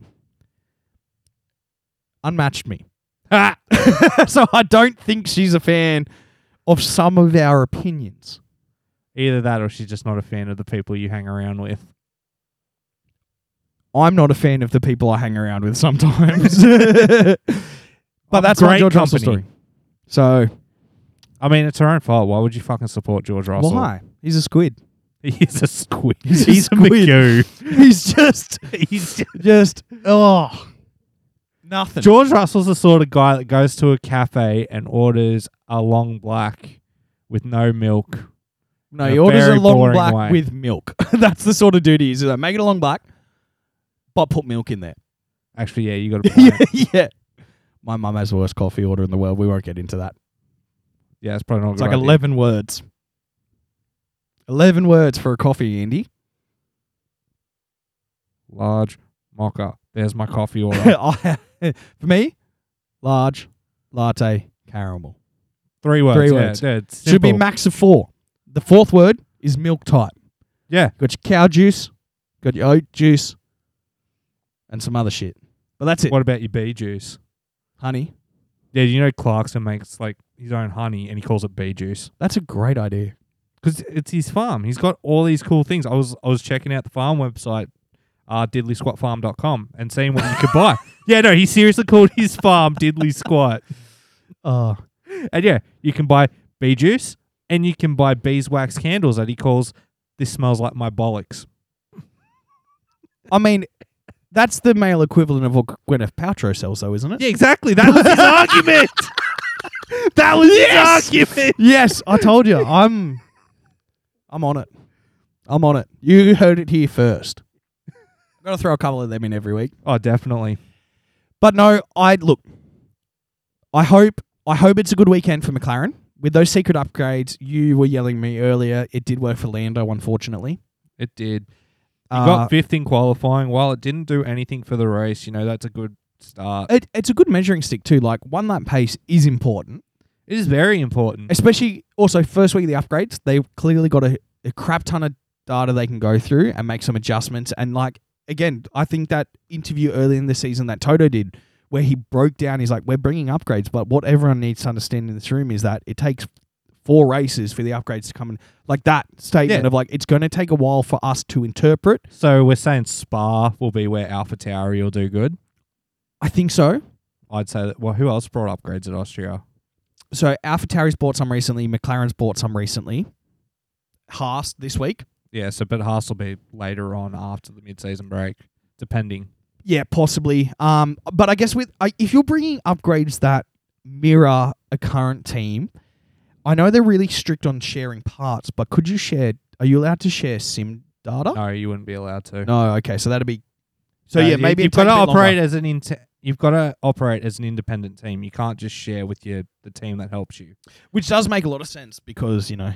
Speaker 1: Unmatched me. <laughs>
Speaker 2: Ha!
Speaker 1: so I don't think she's a fan of some of our opinions.
Speaker 2: Either that or she's just not a fan of the people you hang around with.
Speaker 1: I'm not a fan of the people I hang around with
Speaker 2: <laughs>
Speaker 1: sometimes. but
Speaker 2: I'm
Speaker 1: that's my
Speaker 2: great
Speaker 1: George Russell
Speaker 2: company.
Speaker 1: story. So
Speaker 2: I mean, it's her own fault. Why would you fucking support George Russell?
Speaker 1: Why? He's a squid.
Speaker 2: <laughs>
Speaker 1: <laughs>
Speaker 2: He's a squid.
Speaker 1: He's a squid.
Speaker 2: McGoo.
Speaker 1: He's just,
Speaker 2: He's just-
Speaker 1: just, <laughs> oh, nothing.
Speaker 2: George Russell's the sort of guy that goes to a cafe and orders a long black with no milk.
Speaker 1: no,
Speaker 2: in
Speaker 1: he
Speaker 2: a
Speaker 1: orders a
Speaker 2: very
Speaker 1: long
Speaker 2: boring
Speaker 1: black
Speaker 2: way.
Speaker 1: with milk. <laughs> That's the sort of dude he is. He's like, make it a long black, but put milk in there.
Speaker 2: Actually, <laughs> yeah, you
Speaker 1: <laughs>
Speaker 2: got to point.
Speaker 1: yeah. My mum has the worst coffee order in the world. We won't get into that.
Speaker 2: yeah, it's probably not. a
Speaker 1: It's
Speaker 2: good
Speaker 1: like
Speaker 2: idea.
Speaker 1: 11 words. 11 words for a coffee, Andy.
Speaker 2: large mocha. There's my coffee order.
Speaker 1: <laughs> I- for me, large, latte, caramel.
Speaker 2: Three words.
Speaker 1: Three
Speaker 2: yeah,
Speaker 1: words.
Speaker 2: yeah, it's
Speaker 1: Should be
Speaker 2: simple.
Speaker 1: max of four. The fourth word is milk type.
Speaker 2: yeah.
Speaker 1: got your cow juice, got your oat juice, and some other shit. But that's it.
Speaker 2: What about your bee juice?
Speaker 1: Honey,
Speaker 2: Yeah, you know Clarkson makes like his own honey and he calls it bee juice.
Speaker 1: that's a great idea.
Speaker 2: because it's his farm. He's got all these cool things. I was I was checking out the farm website, uh, diddlysquatfarm.com, and seeing what you could <laughs> buy. Yeah, no, he seriously called his farm Diddly Squat,
Speaker 1: Oh,
Speaker 2: and yeah, you can buy bee juice and you can buy beeswax candles that he calls. This smells like my bollocks.
Speaker 1: I mean, that's the male equivalent of what Gwyneth Paltrow sells, though, isn't it?
Speaker 2: Yeah, exactly. That <laughs> was his argument. That was his argument.
Speaker 1: Yes, I told
Speaker 2: <laughs>
Speaker 1: you. I'm, I'm on it. I'm on it. You heard it here first. Gotta throw a couple of them in every week.
Speaker 2: Oh, definitely.
Speaker 1: But no, I look. I hope I hope it's a good weekend for McLaren. With those secret upgrades, you were yelling me earlier. It did work for Lando, unfortunately.
Speaker 2: It did. You
Speaker 1: Uh,
Speaker 2: got fifth in qualifying. While it didn't do anything for the race, you know, that's a good start.
Speaker 1: it, it's a good measuring stick too. Like one lap pace is important,
Speaker 2: It is very important.
Speaker 1: especially also first week of the upgrades. They've clearly got a, a crap ton of data they can go through and make some adjustments. And like again, I think that interview early in the season that Toto did, where he broke down, he's like, "We're bringing upgrades, but what everyone needs to understand in this room is that it takes." Four races for the upgrades to come in, like that statement
Speaker 2: Yeah.
Speaker 1: of like it's going to take a while for us to interpret
Speaker 2: So we're saying Spa will be where Alpha Tauri will do good.
Speaker 1: I think so.
Speaker 2: I'd say that. Well, who else brought upgrades at Austria?
Speaker 1: So AlphaTauri's bought some recently. McLaren's bought some recently. Haas this week.
Speaker 2: Yeah, so but Haas will be later on after the mid-season break, depending.
Speaker 1: Yeah, possibly. Um, but I guess with I, if you're bringing upgrades that mirror a current team, I know they're really strict on sharing parts. But could you share? Are you allowed to share sim data?
Speaker 2: No, you wouldn't be allowed to.
Speaker 1: No, okay, so that'd be. So
Speaker 2: No,
Speaker 1: yeah,
Speaker 2: you-
Speaker 1: maybe
Speaker 2: you've
Speaker 1: it'd take
Speaker 2: got to
Speaker 1: a bit longer.
Speaker 2: operate as an inte- you've got to operate as an independent team. You can't just share with your the team that helps you.
Speaker 1: which does make a lot of sense because you know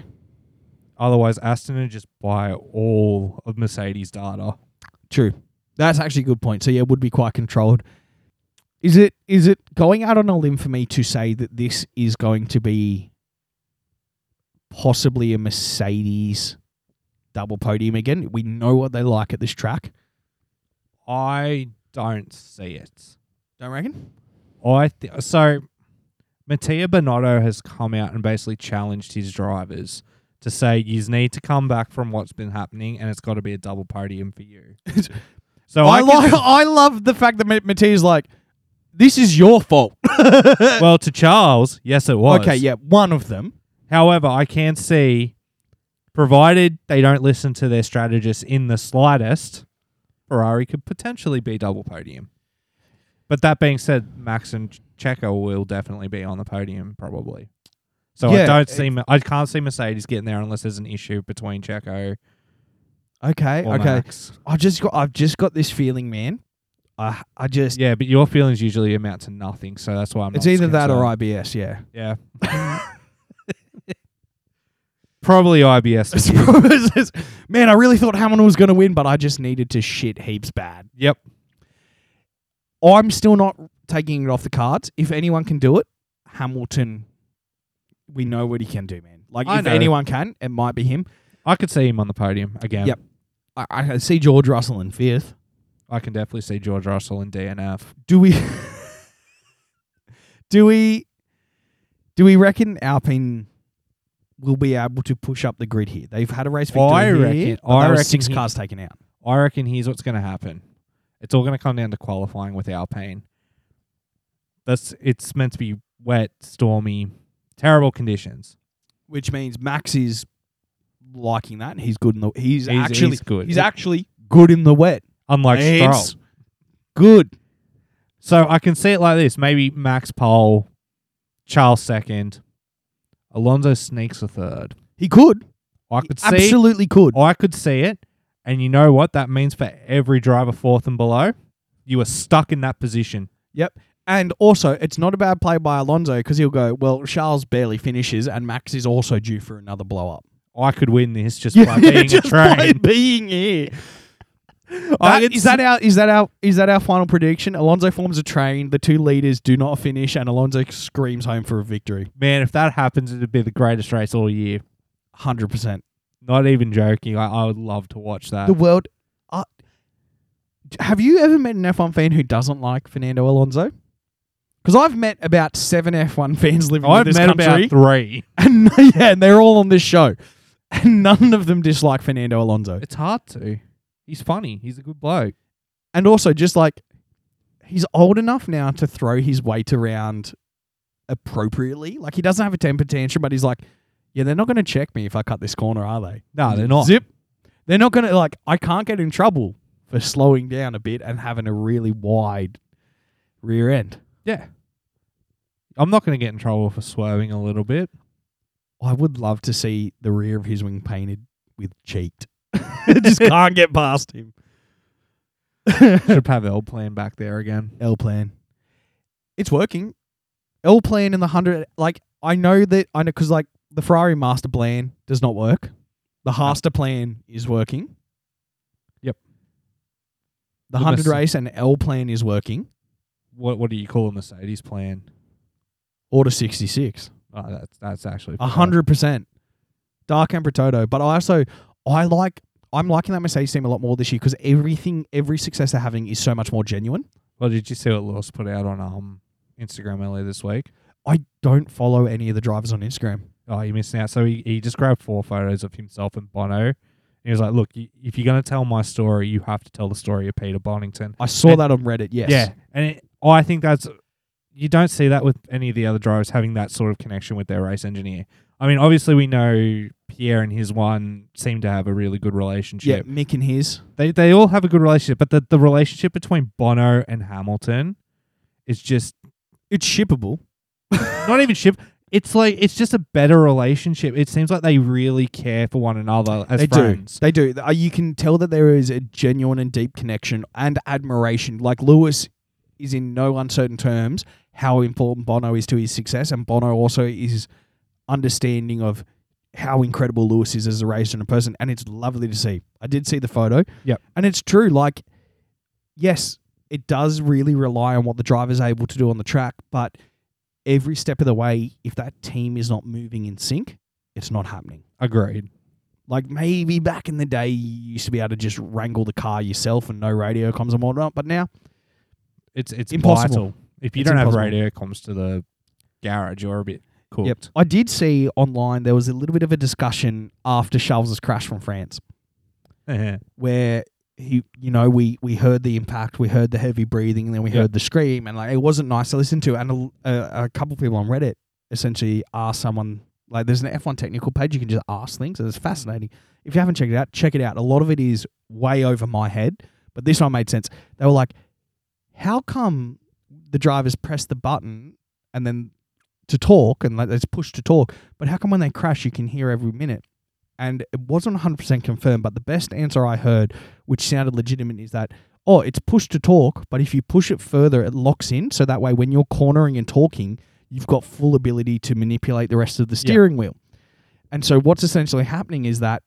Speaker 2: Otherwise, Aston would just buy all of Mercedes' data.
Speaker 1: True. That's actually a good point. So yeah, it would be quite controlled. Is it is it going out on a limb for me to say that this is going to be possibly a Mercedes double podium again? We know what they like at this track.
Speaker 2: I don't see it.
Speaker 1: Don't reckon?
Speaker 2: I th- so Mattia Bonotto has come out and basically challenged his drivers to say you need to come back from what's been happening, and it's got to be a double podium
Speaker 1: <laughs>
Speaker 2: for you. so
Speaker 1: I,
Speaker 2: I, can-
Speaker 1: like <laughs> I love the fact that Matthias like this is your fault.
Speaker 2: well to Charles, yes, it was.
Speaker 1: Okay, yeah, one of them.
Speaker 2: However, I can see, provided they don't listen to their strategists in the slightest, Ferrari could potentially be double podium. But that being said, Max and Checo will definitely be on the podium probably. So
Speaker 1: Yeah,
Speaker 2: I don't
Speaker 1: it-
Speaker 2: see, I can't see Mercedes getting there unless there's an issue between Checo
Speaker 1: Okay,
Speaker 2: or
Speaker 1: Eh, okay.
Speaker 2: Max.
Speaker 1: I just got I've just got this feeling, man. I I just
Speaker 2: Yeah, but your feelings usually amount to nothing, so that's why I'm.
Speaker 1: it's
Speaker 2: not
Speaker 1: either that or
Speaker 2: concerned.
Speaker 1: IBS, yeah.
Speaker 2: Yeah. <laughs>
Speaker 1: <laughs>
Speaker 2: probably IBS. this year.
Speaker 1: Man, I really thought Hamilton was going to win, but I just needed to shit heaps bad.
Speaker 2: yep.
Speaker 1: I'm still not taking it off the cards. If anyone can do it, Hamilton, we know what he can do, man. Like,
Speaker 2: I
Speaker 1: if
Speaker 2: know.
Speaker 1: anyone can, it might be him.
Speaker 2: I could see him on the podium again.
Speaker 1: Yep. I, I can see George Russell in fifth.
Speaker 2: I can definitely see George Russell in DNF.
Speaker 1: Do we. <laughs> do we. Do we reckon Alpine will be able to push up the grid here? They've had a race victory.
Speaker 2: I
Speaker 1: here,
Speaker 2: reckon-
Speaker 1: but
Speaker 2: I
Speaker 1: there were
Speaker 2: reckon
Speaker 1: six
Speaker 2: he-
Speaker 1: cars taken out.
Speaker 2: I reckon here's what's going to happen. It's all going to come down to qualifying with Alpine. That's it's meant to be wet, stormy, terrible conditions.
Speaker 1: which means Max is liking that. He's good in the. He's,
Speaker 2: He's-
Speaker 1: actually
Speaker 2: he's good.
Speaker 1: He's actually good in the wet.
Speaker 2: Unlike Stroll.
Speaker 1: It's good.
Speaker 2: So I can see it like this: maybe Max pole, Charles second, Alonso sneaks a third.
Speaker 1: He could.
Speaker 2: I could see,
Speaker 1: absolutely could.
Speaker 2: I could see it, and you know what that means for every driver fourth and below. You are stuck in that position.
Speaker 1: Yep. And also, it's not a bad play by Alonso because he'll go. Well, Charles barely finishes, and Max is also due for another blow <laughs> up.
Speaker 2: I could win this
Speaker 1: <laughs>
Speaker 2: just by being
Speaker 1: just
Speaker 2: a train.
Speaker 1: by being <laughs> here.
Speaker 2: I
Speaker 1: That-
Speaker 2: could
Speaker 1: is that our is that our is that our final prediction? Alonso forms a train. The two leaders do not finish, and Alonso screams home for a victory.
Speaker 2: Man, if that happens, it'd be the greatest race all year.
Speaker 1: Hundred percent.
Speaker 2: Not even joking. I, I would love to watch that.
Speaker 1: the world. Uh, have you ever met an F1 fan who doesn't like Fernando Alonso? Because I've met about seven F1 fans living in
Speaker 2: I've
Speaker 1: this
Speaker 2: met
Speaker 1: country,
Speaker 2: about three.
Speaker 1: <laughs> and yeah, and they're all on this show, and none of them dislike Fernando Alonso.
Speaker 2: It's hard to. He's funny. He's a good bloke.
Speaker 1: And also, just like he's old enough now to throw his weight around appropriately. Like he doesn't have a temper tantrum, but he's like, yeah, they're not going to check me if I cut this corner, are they?
Speaker 2: No, they're not.
Speaker 1: Zip. They're not going to like. I can't get in trouble for slowing down a bit and having a really wide rear end.
Speaker 2: Yeah. I'm not going to get in trouble for swerving a
Speaker 1: <laughs>
Speaker 2: little bit.
Speaker 1: I would love to see the rear of <laughs> his wing painted with cheat. Just can't get past him.
Speaker 2: Should have L plan back there again.
Speaker 1: L plan. It's working. L plan in the hundred. Like I know that I know because like the Ferrari master plan does not work. The master plan is working.
Speaker 2: Yep.
Speaker 1: The
Speaker 2: The
Speaker 1: hundred
Speaker 2: Merce-
Speaker 1: race and L plan is working.
Speaker 2: What What do you call a Mercedes plan?
Speaker 1: Order sixty six.
Speaker 2: Oh, that's that's actually
Speaker 1: A hundred percent. Dark Emperor Toto. But I also I like I'm liking that Mercedes team a lot more this year because everything every success they're having is so much more genuine.
Speaker 2: Well, did you see what Lewis put out on um Instagram earlier this week?
Speaker 1: I don't follow any of the drivers on Instagram.
Speaker 2: Oh, you missing out. So he, he just grabbed four photos of himself and Bono. He was like, "Look, y- if you're going to tell my story, you have to tell the story of Peter Bonington."
Speaker 1: I saw
Speaker 2: And-
Speaker 1: that on Reddit, yes.
Speaker 2: Yeah, and it, I think that's you don't see that with any of the other drivers having that sort of connection with their race engineer. I mean, obviously we know Pierre and his one seem to have a really good
Speaker 1: Yeah,
Speaker 2: relationship.
Speaker 1: Mick and his.
Speaker 2: They they all have a good relationship, but the, the relationship between Bono and Hamilton is just
Speaker 1: It's shippable.
Speaker 2: not even ship. It's like it's just a better relationship. It seems like they really care for one another as
Speaker 1: they
Speaker 2: friends.
Speaker 1: do. They do. Uh, You can tell that there is a genuine and deep connection and admiration. Like Lewis is in no uncertain terms how important Bono is to his success, and Bono also is understanding of how incredible Lewis is as a racer and a person, and it's lovely to see. I did see the photo.
Speaker 2: Yep.
Speaker 1: And it's true, like yes, it does really rely on what the driver's able to do on the track, but every step of the way, if that team is not moving in sync, it's not happening.
Speaker 2: Agreed.
Speaker 1: Like maybe back in the day, you used to be able to just wrangle the car yourself and no radio comms and whatnot. But now,
Speaker 2: It's it's
Speaker 1: Impossible.
Speaker 2: vital. If you
Speaker 1: It's
Speaker 2: don't
Speaker 1: impossible.
Speaker 2: have radio comms to the garage, you're a bit cooked.
Speaker 1: yep. I did see online there was a little bit of a discussion after Charles's crash from France,
Speaker 2: <laughs>
Speaker 1: where he, you know, we we heard the impact, we heard the heavy breathing, and then we
Speaker 2: Yeah.
Speaker 1: heard the scream, and like it wasn't nice to listen to. And a, a, a couple people on Reddit essentially asked someone like, "There's an F1 technical page you can just ask things, and it's fascinating. If you haven't checked it out, check it out. A lot of it is way over my head, but this one made sense. They were like, "How come the drivers press the button and then to talk and like it's pushed to talk, but how come when they crash you can hear every minute?" And it wasn't 100% confirmed, but the best answer I heard, which sounded legitimate, is that oh, it's push to talk, but if you push it further, it locks in. So that way, when you're cornering and talking, you've got full ability to manipulate the rest of the steering wheel. And so, what's essentially happening is that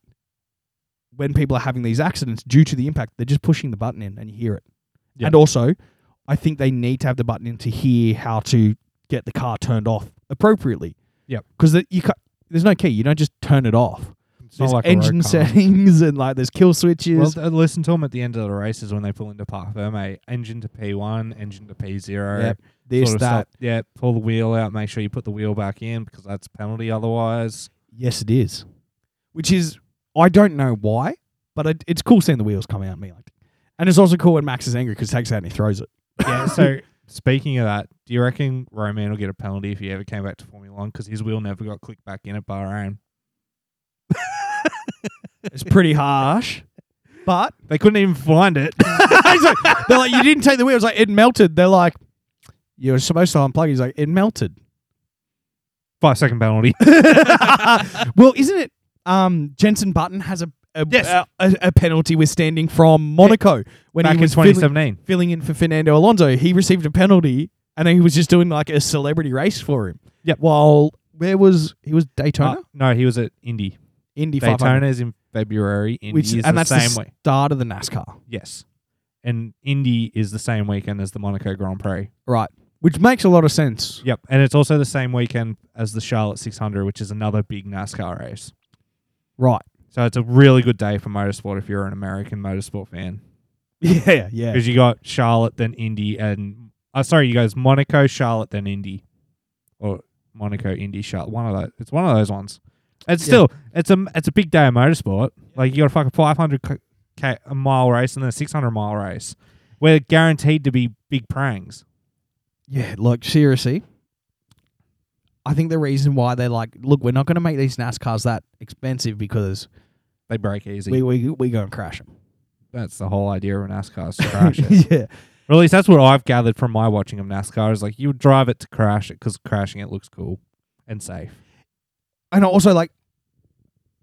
Speaker 1: when people are having these accidents due to the impact, they're just pushing the button in and you hear it.
Speaker 2: Yeah.
Speaker 1: And also, I think they need to have the button in to hear how to get the car turned off appropriately.
Speaker 2: Yep.
Speaker 1: Because you ca- there's no key. You don't just turn it off.
Speaker 2: It's
Speaker 1: There's
Speaker 2: not like a road
Speaker 1: engine
Speaker 2: car.
Speaker 1: settings and like there's kill switches.
Speaker 2: Well, th- listen to them at the end of the races when they pull into Parc Ferme. Engine to P1, engine to P0.
Speaker 1: Yep, this,
Speaker 2: sort of
Speaker 1: that.
Speaker 2: Stuff. Yeah, pull the wheel out. Make sure you put the wheel back in because that's a penalty otherwise.
Speaker 1: Yes, it is. Which is, I don't know why, but it, it's cool seeing the wheels come out and me like, and it's also cool when Max is angry because takes it out and he throws it.
Speaker 2: <coughs> Yeah, so speaking of that, do you reckon Roman will get a penalty if he ever came back to Formula 1 because his wheel never got clicked back in at Bahrain?
Speaker 1: It's pretty harsh, but <laughs>
Speaker 2: They couldn't even find it.
Speaker 1: He's like- they're like, you didn't take the wheels. Like it melted. They're like, you were supposed to unplug. He's like, it melted. <laughs>
Speaker 2: Five second penalty.
Speaker 1: well, isn't it? Um, Jensen Button has a a,
Speaker 2: Yes.
Speaker 1: a, a, a penalty withstanding from Monaco when
Speaker 2: back
Speaker 1: he
Speaker 2: in
Speaker 1: was filling-
Speaker 2: 2017.
Speaker 1: filling in for Fernando Alonso, he received a penalty and he was just doing like a celebrity race for him.
Speaker 2: Yep.
Speaker 1: While where was he was
Speaker 2: Uh,
Speaker 1: Daytona,
Speaker 2: no, he was at Indy.
Speaker 1: Indy 500,
Speaker 2: Daytona is in February. Indy
Speaker 1: which
Speaker 2: is
Speaker 1: and
Speaker 2: the
Speaker 1: that's
Speaker 2: same
Speaker 1: the
Speaker 2: way.
Speaker 1: start of the NASCAR,
Speaker 2: Yes. And Indy is the same weekend as the Monaco Grand Prix.
Speaker 1: right? Which makes a lot of sense.
Speaker 2: Yep. And it's also the same weekend as the Charlotte 600, which is another big NASCAR race.
Speaker 1: Right?
Speaker 2: So it's a really good day for motorsport if you're an American motorsport fan.
Speaker 1: <laughs> Yeah, yeah.
Speaker 2: Because you got Charlotte, then Indy, and. Uh, sorry, you guys. Monaco, Charlotte, then Indy. Or Monaco, Indy, Charlotte. One of those. It's one of those ones. It's
Speaker 1: Yeah.
Speaker 2: still, it's a it's a big day of motorsport. Like, you got a fucking 500 k- k- a mile race and then a 600 mile race. We're guaranteed to be big prangs.
Speaker 1: Yeah, like seriously. I think the reason why they're like, look, we're not going to make these NASCARs that expensive because
Speaker 2: They break easy.
Speaker 1: we, we, we go and crash <laughs> them.
Speaker 2: that's the whole idea of a NASCAR is to crash it.
Speaker 1: yeah.
Speaker 2: Or at least that's what I've gathered from my watching of NASCAR is like you drive it to crash it because crashing it looks cool and safe.
Speaker 1: and also like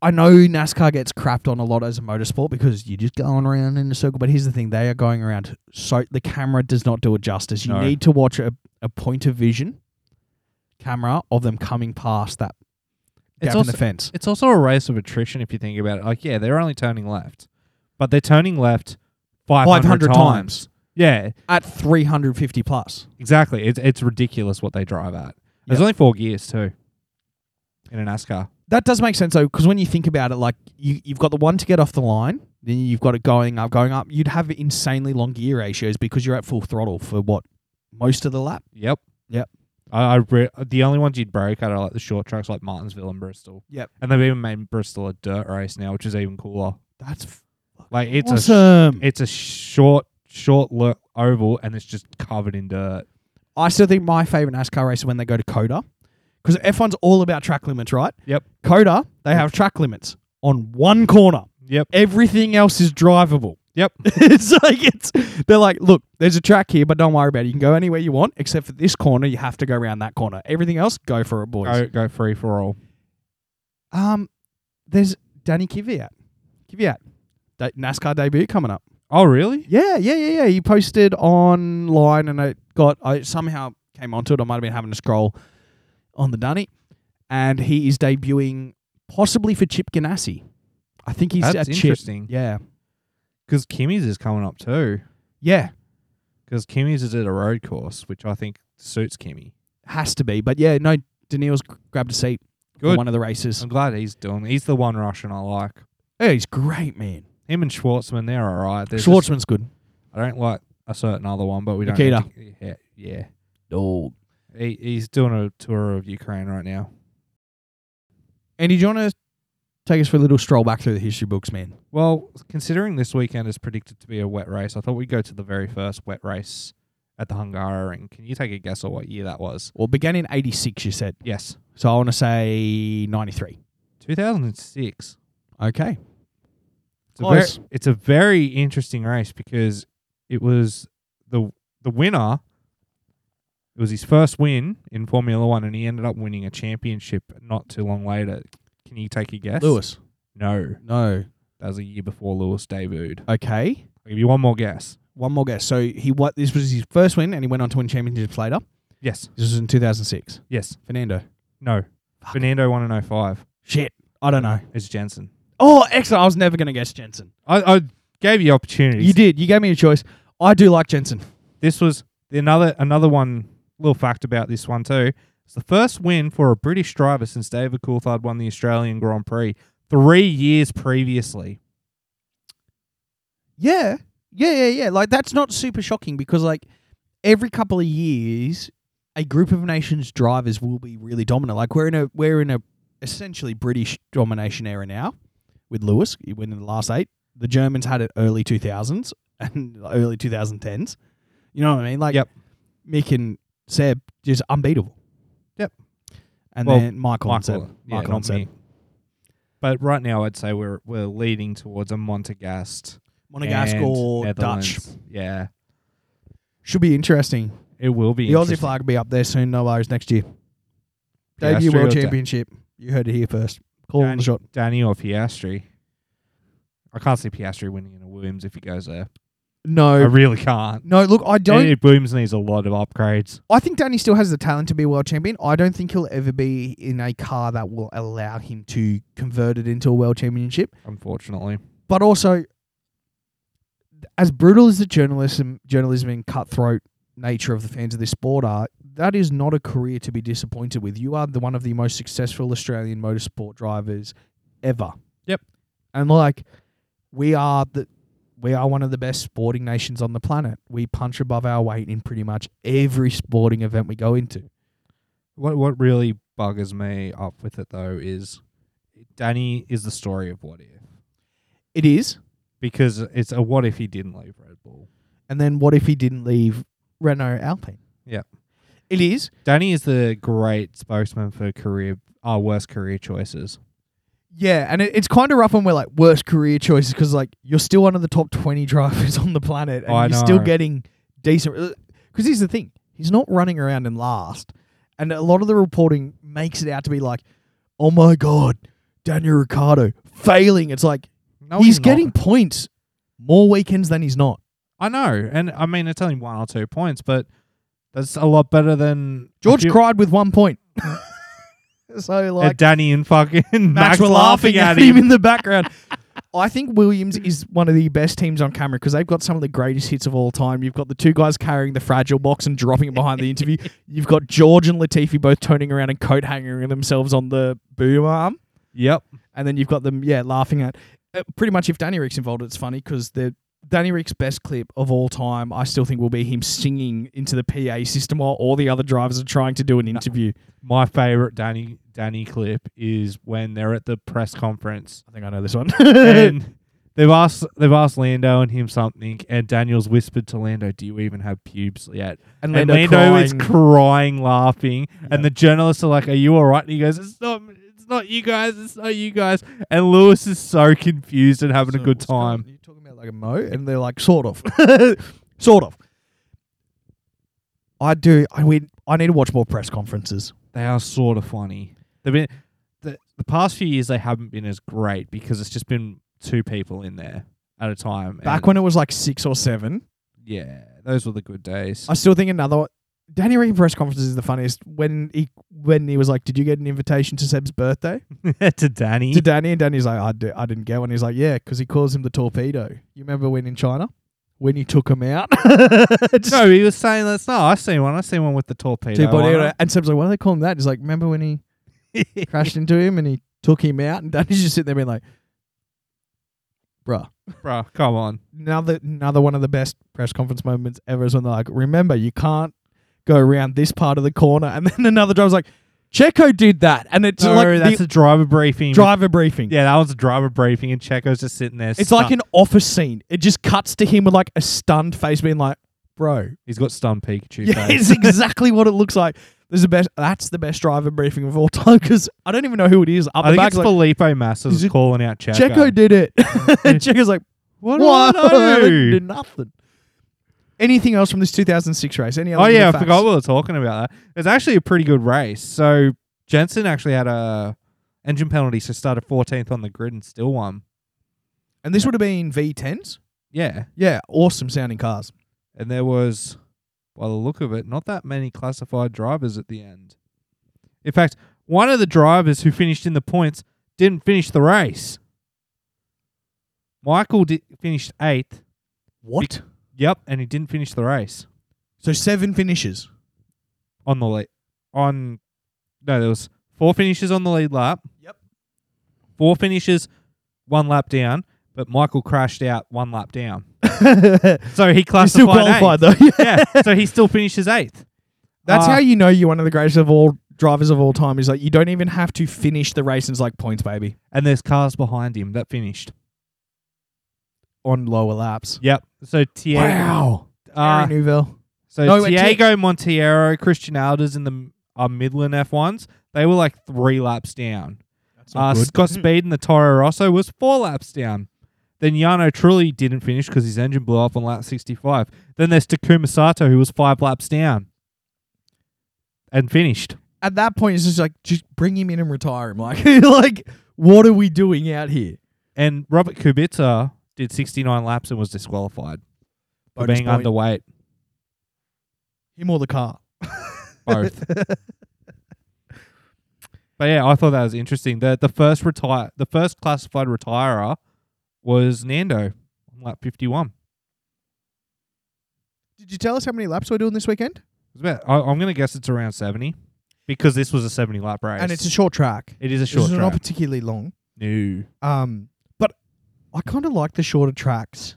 Speaker 1: I know NASCAR gets crapped on a lot as a motorsport because you're just going around in a circle. But here's the thing: they are going around, so the camera does not do it justice. You
Speaker 2: No.
Speaker 1: need to watch a, a point of vision camera of them coming past that
Speaker 2: It's
Speaker 1: gap in
Speaker 2: also-
Speaker 1: the fence.
Speaker 2: It's also a race of attrition if you think about it. Like, yeah, they're only turning left, but they're turning left 500,
Speaker 1: 500
Speaker 2: times.
Speaker 1: times.
Speaker 2: Yeah,
Speaker 1: at 350 plus.
Speaker 2: exactly. It's, it's ridiculous what they drive at.
Speaker 1: Yep.
Speaker 2: There's only four gears, too, in an NASCAR.
Speaker 1: That does make sense though, because when you think about it, like you, you've got the one to get off the line, then you've got it going up, going up. You'd have insanely long gear ratios because you're at full throttle for what most of the lap.
Speaker 2: Yep.
Speaker 1: Yep.
Speaker 2: I, I re- the only ones you'd break out are like the short tracks, like Martinsville and Bristol.
Speaker 1: Yep.
Speaker 2: And they've even made Bristol a dirt race now, which is even cooler.
Speaker 1: That's
Speaker 2: Like it's a
Speaker 1: awesome.
Speaker 2: it's a short short lo- oval and it's just covered in dirt.
Speaker 1: I still think my favorite NASCAR race is when they go to Coda, because F1's all about track limits, right?
Speaker 2: Yep.
Speaker 1: Coda, they have track limits on one corner.
Speaker 2: Yep.
Speaker 1: Everything else is drivable.
Speaker 2: Yep.
Speaker 1: <laughs> it's like it's they're like, look, there's a track here, but don't worry about it. You can go anywhere you want, except for this corner. You have to go around that corner. Everything else, go for it, boys.
Speaker 2: Go go free for all.
Speaker 1: Um, there's Danny Kvyat. Kvyat, da- NASCAR debut coming up.
Speaker 2: Oh really?
Speaker 1: Yeah, yeah, yeah, yeah. He posted online, and it got I somehow came onto it. I might have been having a scroll on the Dunny, and he is debuting possibly for Chip Ganassi. I think he's
Speaker 2: That's
Speaker 1: at Chip.
Speaker 2: interesting.
Speaker 1: Yeah,
Speaker 2: Because Kimmy's is coming up too.
Speaker 1: yeah,
Speaker 2: Because Kimmy's is at a road course, which I think suits Kimmy.
Speaker 1: has to be. But yeah, no, Daniil's g- grabbed a seat for
Speaker 2: Good. Um,
Speaker 1: one of the races.
Speaker 2: I'm glad he's doing. He's the one Russian I like.
Speaker 1: Yeah, he's great, man.
Speaker 2: Him and Schwartzman, they're all right. They're just-
Speaker 1: Schwartzman's good.
Speaker 2: I don't like a certain other one, but we don't.
Speaker 1: Nikita.
Speaker 2: have to- yeah, yeah.
Speaker 1: Dog.
Speaker 2: He, he's doing a tour of Ukraine right now.
Speaker 1: Andy, do you want to take us for a little stroll back through the history books, man?
Speaker 2: Well, considering this weekend is predicted to be a wet race, I thought we'd go to the very first wet race at the Hungaroring. Can you take a guess at what year that was?
Speaker 1: Well, began in '86, you said.
Speaker 2: Yes,
Speaker 1: So I want to say '93.
Speaker 2: 2006.
Speaker 1: Okay.
Speaker 2: It's a, ver-
Speaker 1: Close.
Speaker 2: it's a very interesting race because it was the the winner. It was his first win in Formula One, and he ended up winning a championship not too long later. Can you take a guess?
Speaker 1: Lewis.
Speaker 2: No,
Speaker 1: No.
Speaker 2: that was a year before Lewis debuted.
Speaker 1: Okay.
Speaker 2: I'll give you one more guess.
Speaker 1: One more guess. So he what? This was his first win, and he went on to win championships later.
Speaker 2: Yes,
Speaker 1: This was in 2006.
Speaker 2: yes,
Speaker 1: Fernando.
Speaker 2: no.
Speaker 1: Fuck.
Speaker 2: Fernando won in 05.
Speaker 1: Shit. I don't know.
Speaker 2: It's Jensen.
Speaker 1: Oh, excellent. I was never going to guess Jensen.
Speaker 2: I, I gave you opportunities.
Speaker 1: You did. You gave me a choice. I do like Jensen.
Speaker 2: This was another another one. Little fact about this one too. It's the first win for a British driver since David Coulthard won the Australian Grand Prix three years previously.
Speaker 1: Yeah. Yeah, yeah, yeah. Like, that's not super shocking because, like, every couple of years, a group of nations' drivers will be really dominant. Like, we're in a, we're in a essentially British domination era now with Lewis winning the last eight. The Germans had it early 2000s and <laughs> early 2010s. You know what I mean? Like,
Speaker 2: Yep.
Speaker 1: Mick and Seb just unbeatable.
Speaker 2: Yep.
Speaker 1: And
Speaker 2: Well,
Speaker 1: then Michael, and Seb.
Speaker 2: Michael, yeah,
Speaker 1: Michael
Speaker 2: not
Speaker 1: and Seb.
Speaker 2: me. But right now, I'd say we're we're leading towards a Montagast,
Speaker 1: Monegasque
Speaker 2: and
Speaker 1: or Dutch.
Speaker 2: Netherlands. Yeah,
Speaker 1: Should be interesting.
Speaker 2: it will be
Speaker 1: The Aussie
Speaker 2: interesting.
Speaker 1: flag will be up there soon. No worries. Next year.
Speaker 2: Piastri
Speaker 1: Debut World
Speaker 2: or Da-
Speaker 1: Championship. You heard it here first. Call on the shot.
Speaker 2: Danny or Piastri. I can't see Piastri winning in a Williams if he goes there. I
Speaker 1: No,
Speaker 2: really can't.
Speaker 1: no. Look, I don't.
Speaker 2: It- Williams needs a lot of upgrades.
Speaker 1: I think Danny still has the talent to be world champion. I don't think he'll ever be in a car that will allow him to convert it into a world championship.
Speaker 2: Unfortunately,
Speaker 1: But also, as brutal as the journalism, journalism and cutthroat nature of the fans of this sport are, that is not a career to be disappointed with. You are the one of the most successful Australian motorsport drivers ever.
Speaker 2: Yep.
Speaker 1: And like, we are the we are one of the best sporting nations on the planet. We punch above our weight in pretty much every sporting event we go into.
Speaker 2: what what really buggers me up with it though is Danny is the story of what if
Speaker 1: It is.
Speaker 2: because it's a what if he didn't leave Red Bull.
Speaker 1: And then what if he didn't leave Renault Alpine?
Speaker 2: Yeah.
Speaker 1: It is.
Speaker 2: Danny is the great spokesman for career our worst career choices.
Speaker 1: Yeah, and it, it's kind of rough when we're like worst career choices because like you're still one of the top twenty <laughs> drivers on the planet, and
Speaker 2: I
Speaker 1: you're still
Speaker 2: know.
Speaker 1: getting decent. Because here's the thing: he's not running around in last, and a lot of the reporting makes it out to be like, "Oh my god, Daniel Ricciardo failing. It's like
Speaker 2: No,
Speaker 1: he's
Speaker 2: not.
Speaker 1: getting points more weekends than he's not.
Speaker 2: I know, and I mean it's only one or two points, but that's a lot better than
Speaker 1: George
Speaker 2: a few-
Speaker 1: cried with one
Speaker 2: <laughs>
Speaker 1: point. <laughs> so
Speaker 2: uh,
Speaker 1: like
Speaker 2: Danny and fucking <laughs> Max,
Speaker 1: were
Speaker 2: were laughing at him.
Speaker 1: in the <laughs> background. I think Williams is one of the best teams on camera because they've got some of the greatest hits of all time. You've got the two guys carrying the fragile box and dropping it behind the <laughs> interview. You've got George and Latifi both turning around and coat hanging themselves on the boom arm.
Speaker 2: <laughs> Yep.
Speaker 1: And then you've got them, yeah, laughing at. Uh, pretty much if Danny Rick's involved, it's funny because the Danny Rick's best clip of all time, I still think, will be him singing into the PA system while all the other drivers are trying to do an interview.
Speaker 2: My favorite Danny Danny clip is when they're at the
Speaker 1: <laughs>
Speaker 2: press conference
Speaker 1: I think I know this one.
Speaker 2: and they've asked they've asked Lando and him something, and Daniel's whispered to Lando, "Do you even have pubes yet?"
Speaker 1: <laughs> And
Speaker 2: And
Speaker 1: Lando
Speaker 2: Lando, is
Speaker 1: crying.
Speaker 2: crying, laughing,
Speaker 1: Yeah.
Speaker 2: and the journalists are like, "Are you all right?" And he goes, "It's not." It's not you guys. It's not you guys. And Lewis is so confused and having a
Speaker 1: So
Speaker 2: good
Speaker 1: what's going
Speaker 2: time.
Speaker 1: on? You're talking about like a mo, and they're like, sort of, <laughs> sort of. I do. I mean, I need to watch more press conferences.
Speaker 2: they are sort of funny. They've been the, the past few years they haven't been as great because it's just been two people in there at a time.
Speaker 1: Back
Speaker 2: and-
Speaker 1: when it was like six or seven,
Speaker 2: yeah, those were the good
Speaker 1: <laughs>
Speaker 2: days.
Speaker 1: I still think another. one- Danny Rick press conferences is the funniest. When he when he was like, "Did you get an invitation to Seb's birthday?"
Speaker 2: to Danny,
Speaker 1: to Danny, and Danny's like, "I do, I didn't get one." He's like, "Yeah," because he calls him the torpedo. You remember when in China when you took him out? <laughs> Just-
Speaker 2: no, he was saying that's no. I seen one. I seen one with the torpedo.
Speaker 1: Two body-
Speaker 2: on it.
Speaker 1: and Seb's like, why do they call him that? He's like, remember when he <laughs> crashed into him and he took him out? And Danny's just sitting there being like, bruh.
Speaker 2: Bruh, come on.
Speaker 1: Another, another one of the best press conference moments ever is when they're like, remember, you can't go around this part of the corner. And then <laughs> another driver's like, Checo did that. And it's
Speaker 2: No,
Speaker 1: like
Speaker 2: that's
Speaker 1: the
Speaker 2: a driver briefing.
Speaker 1: driver briefing.
Speaker 2: yeah, that was a driver briefing, and Checo's just sitting there.
Speaker 1: It's like
Speaker 2: stun-
Speaker 1: an office scene. It just cuts to him with like a stunned face being like, bro,
Speaker 2: he's got stunned Pikachu.
Speaker 1: Yeah,
Speaker 2: face.
Speaker 1: it's
Speaker 2: <laughs>
Speaker 1: exactly what it looks like. This is the best. That's the best driver briefing of all time because I don't even know who it is. Up the
Speaker 2: I think
Speaker 1: back,
Speaker 2: it's
Speaker 1: like,
Speaker 2: Felipe Massa's
Speaker 1: Is it-
Speaker 2: calling out Checo.
Speaker 1: Checo did it. <laughs> Checo's like,
Speaker 2: what?
Speaker 1: what?
Speaker 2: do I do?
Speaker 1: did nothing. Anything else from this 2006 race? Any other?
Speaker 2: Oh
Speaker 1: little
Speaker 2: yeah, I
Speaker 1: facts?
Speaker 2: forgot we were talking about that. It's actually a pretty good race. So Jensen actually had a engine penalty, so started fourteenth on the grid and still won.
Speaker 1: And this would have been V10s.
Speaker 2: Yeah,
Speaker 1: Yeah, awesome sounding cars.
Speaker 2: and there was, by the look of it, not that many classified drivers at the end. In fact, one of the drivers who finished in the points didn't finish the race. Michael di- finished eighth.
Speaker 1: What?
Speaker 2: Yep, and he didn't finish the race
Speaker 1: So seven
Speaker 2: <laughs>
Speaker 1: finishes.
Speaker 2: on the lead. On no, there was four finishes on the lead lap.
Speaker 1: Yep.
Speaker 2: four finishes, one lap down, but Michael crashed out one lap down.
Speaker 1: He's
Speaker 2: So
Speaker 1: <laughs>
Speaker 2: he classified.
Speaker 1: still qualified
Speaker 2: eighth.
Speaker 1: though.
Speaker 2: <laughs>
Speaker 1: <laughs>
Speaker 2: yeah, so he still finishes eighth.
Speaker 1: That's
Speaker 2: Uh,
Speaker 1: how you know you're one of the greatest of all drivers of all time. Is like you don't even have to finish the race. And it's like points, baby,
Speaker 2: And there's cars behind him that finished.
Speaker 1: on lower laps.
Speaker 2: Yep. So Tiago.
Speaker 1: Wow.
Speaker 2: Uh,
Speaker 1: Gary Newville.
Speaker 2: so
Speaker 1: No, wait,
Speaker 2: Tiago Monteiro, Christian Alders in the uh, Midland F1s, they were like three laps down.
Speaker 1: That's
Speaker 2: Uh,
Speaker 1: good.
Speaker 2: Scott Speed in the Toro Rosso was four laps down. Then Yano Trulli didn't finish because his engine blew up on lap 65. Then there's Takuma Sato, who was five laps down and finished.
Speaker 1: At that point, it's just like just bring him in and retire him. <laughs> Like, like what are we doing out here?
Speaker 2: And Robert Kubica did 69 laps and was disqualified for
Speaker 1: Bonus
Speaker 2: being
Speaker 1: point.
Speaker 2: underweight.
Speaker 1: him or the car.
Speaker 2: <laughs> Both. but yeah, I thought that was interesting. The the first retire the first classified retirer was Nando on lap 51. It
Speaker 1: <laughs> Did you tell us how many laps we're doing this weekend?
Speaker 2: was about, I, I'm going to guess it's around 70 because this was a 70 lap race.
Speaker 1: And it's a short track.
Speaker 2: it is a short
Speaker 1: it's
Speaker 2: track.
Speaker 1: not particularly long.
Speaker 2: no.
Speaker 1: Um, but I kind of like the shorter tracks.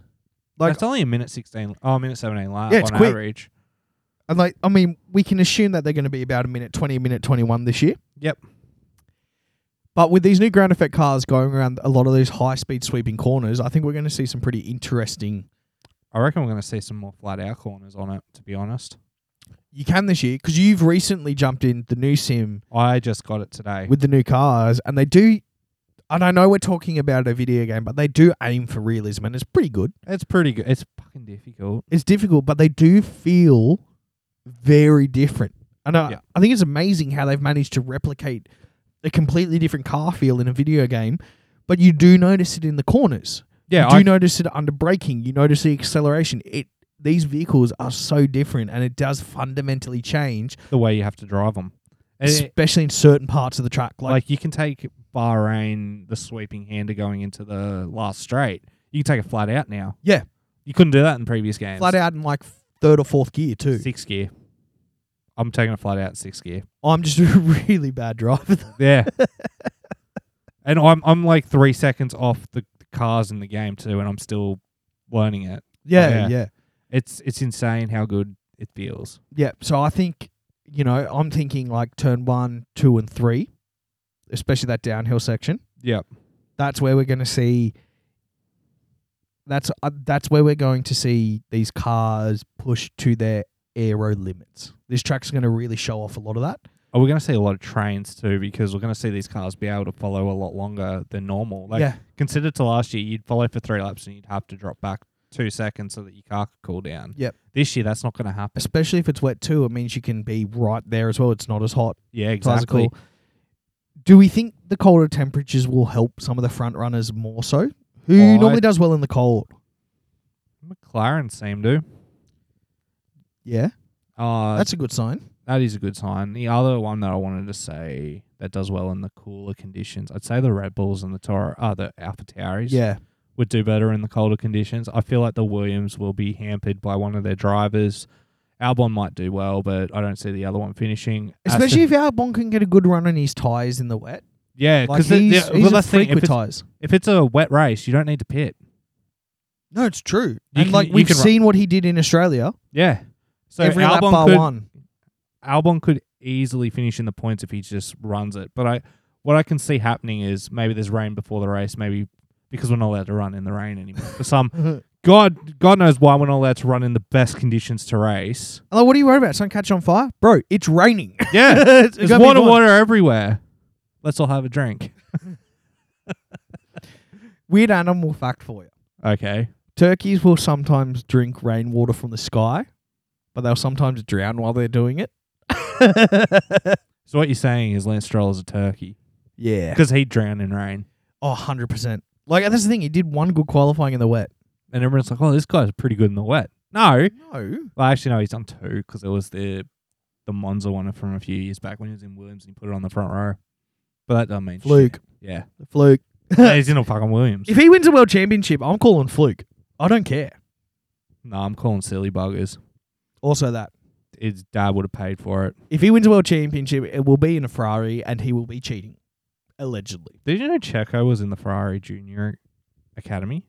Speaker 1: Like-
Speaker 2: it's only a minute 16 oh, minute 17 lap
Speaker 1: Yeah, it's
Speaker 2: on
Speaker 1: quick.
Speaker 2: average.
Speaker 1: And like, I mean, we can assume that they're going to be about a minute twenty, a minute twenty-one this year.
Speaker 2: Yep.
Speaker 1: But with these new ground effect cars going around a lot of those high-speed sweeping corners, I think we're going to see some pretty interesting
Speaker 2: I reckon we're going to see some more flat out corners on it to be honest.
Speaker 1: You can this year because you've recently jumped in the new sim
Speaker 2: I just got it today.
Speaker 1: with the new cars, and they do. And I know we're talking about a video game, but they do aim for realism, and it's pretty good.
Speaker 2: It's pretty good. It's fucking difficult.
Speaker 1: It's difficult, but they do feel very different. And I,
Speaker 2: Yeah.
Speaker 1: I think it's amazing how they've managed to replicate a completely different car feel in a video game, but you do notice it in the corners.
Speaker 2: Yeah,
Speaker 1: you do
Speaker 2: I,
Speaker 1: notice it under braking. You notice the acceleration. It these vehicles are so different, and it does fundamentally change,
Speaker 2: the way you have to drive them.
Speaker 1: especially in certain parts of the track. Like,
Speaker 2: like, you can take Bahrain, the sweeping hander going into the last straight. You can take it flat out now.
Speaker 1: Yeah.
Speaker 2: You couldn't do that in previous games.
Speaker 1: flat out in like third or fourth gear too.
Speaker 2: Six gear. I'm taking it flat out in six gear.
Speaker 1: I'm just <laughs> a really bad driver.
Speaker 2: Yeah. and I'm I'm like three seconds off the cars in the game too, and I'm still learning it.
Speaker 1: <laughs> yeah,
Speaker 2: Yeah.
Speaker 1: yeah.
Speaker 2: It's it's insane how good it feels.
Speaker 1: Yeah. So I think, you know, I'm thinking like turn one, two, and three, especially that downhill section.
Speaker 2: Yep.
Speaker 1: That's where we're going to see. That's uh, that's where we're going to see these cars push to their aero limits. This track's going to really show off a lot of that.
Speaker 2: Oh, we're going to see a lot of trains too because we're going to see these cars be able to follow a lot longer than normal. Like,
Speaker 1: yeah.
Speaker 2: consider to last year, you'd follow for three laps and you'd have to drop back two seconds so that your car could cool down.
Speaker 1: Yep.
Speaker 2: This year, that's not going to happen.
Speaker 1: Especially if it's wet too, it means you can be right there as well. It's not as hot.
Speaker 2: Yeah,
Speaker 1: Cars are
Speaker 2: exactly.
Speaker 1: cool. Do we think the colder temperatures will help some of the front runners more so? Who
Speaker 2: Well, Oh, I-
Speaker 1: normally does well in the cold?
Speaker 2: McLaren seem to.
Speaker 1: Yeah,
Speaker 2: Uh,
Speaker 1: that's a good sign.
Speaker 2: That is a good sign. The other one that I wanted to say that does well in the cooler conditions, I'd say the Red Bulls and the Toro, uh, the Alpha Tauris
Speaker 1: Yeah,
Speaker 2: would do better in the colder conditions. I feel like the Williams will be hampered by one of their drivers. Albon might do well, but I don't see the other one finishing.
Speaker 1: Especially
Speaker 2: Aston-
Speaker 1: if Albon can get a good run on his tyres in the wet.
Speaker 2: yeah,
Speaker 1: Like
Speaker 2: because
Speaker 1: he's, he's
Speaker 2: well,
Speaker 1: a
Speaker 2: that's the
Speaker 1: freak
Speaker 2: thing. If
Speaker 1: with
Speaker 2: it's,
Speaker 1: tyres.
Speaker 2: if it's a wet race, you don't need to pit.
Speaker 1: No, it's true.
Speaker 2: You
Speaker 1: and
Speaker 2: can-
Speaker 1: like
Speaker 2: you
Speaker 1: we've
Speaker 2: can run-
Speaker 1: seen what he did in Australia.
Speaker 2: Yeah, so
Speaker 1: Every lap
Speaker 2: Albon
Speaker 1: bar
Speaker 2: could
Speaker 1: one.
Speaker 2: <laughs> Albon could easily finish in the points if he just runs it. But I, what I can see happening is maybe there's rain before the race. Maybe because we're not allowed to run in the rain anymore. For some <laughs>
Speaker 1: like,
Speaker 2: God, God knows why we're not allowed to run in the best conditions to race.
Speaker 1: what are you worried about? Sun catch on fire, bro? It's raining. <laughs>
Speaker 2: Yeah,
Speaker 1: It's
Speaker 2: there's
Speaker 1: gonna be
Speaker 2: water,
Speaker 1: fine.
Speaker 2: water everywhere. Let's all have a drink.
Speaker 1: Weird animal fact for you:
Speaker 2: Okay.
Speaker 1: turkeys will sometimes drink rainwater from the sky, but they'll sometimes drown while they're doing it. <laughs>
Speaker 2: So what you're saying is Lance Stroll is a turkey
Speaker 1: yeah.
Speaker 2: because he'd drown in rain,
Speaker 1: Oh, 100 percent. Like that's the thing. He did one good qualifying in the wet.
Speaker 2: and everyone's like, "Oh, this guy's pretty good in the wet." No,
Speaker 1: No.
Speaker 2: Well, actually, no, he's done two because it was the the Monza one from a few years back when he was in Williams and he put it on the front row. But that doesn't mean
Speaker 1: Fluke.
Speaker 2: Shit.
Speaker 1: <laughs>
Speaker 2: Yeah,
Speaker 1: Fluke.
Speaker 2: Yeah, he's in a fucking Williams.
Speaker 1: If he wins a world championship, I'm calling fluke. I don't care.
Speaker 2: no, I'm calling silly buggers.
Speaker 1: Also that.
Speaker 2: His dad would have paid for it.
Speaker 1: If he wins a world championship, it will be in a Ferrari and he will be cheating. Allegedly.
Speaker 2: Did you know Checo was in the Ferrari Junior Academy?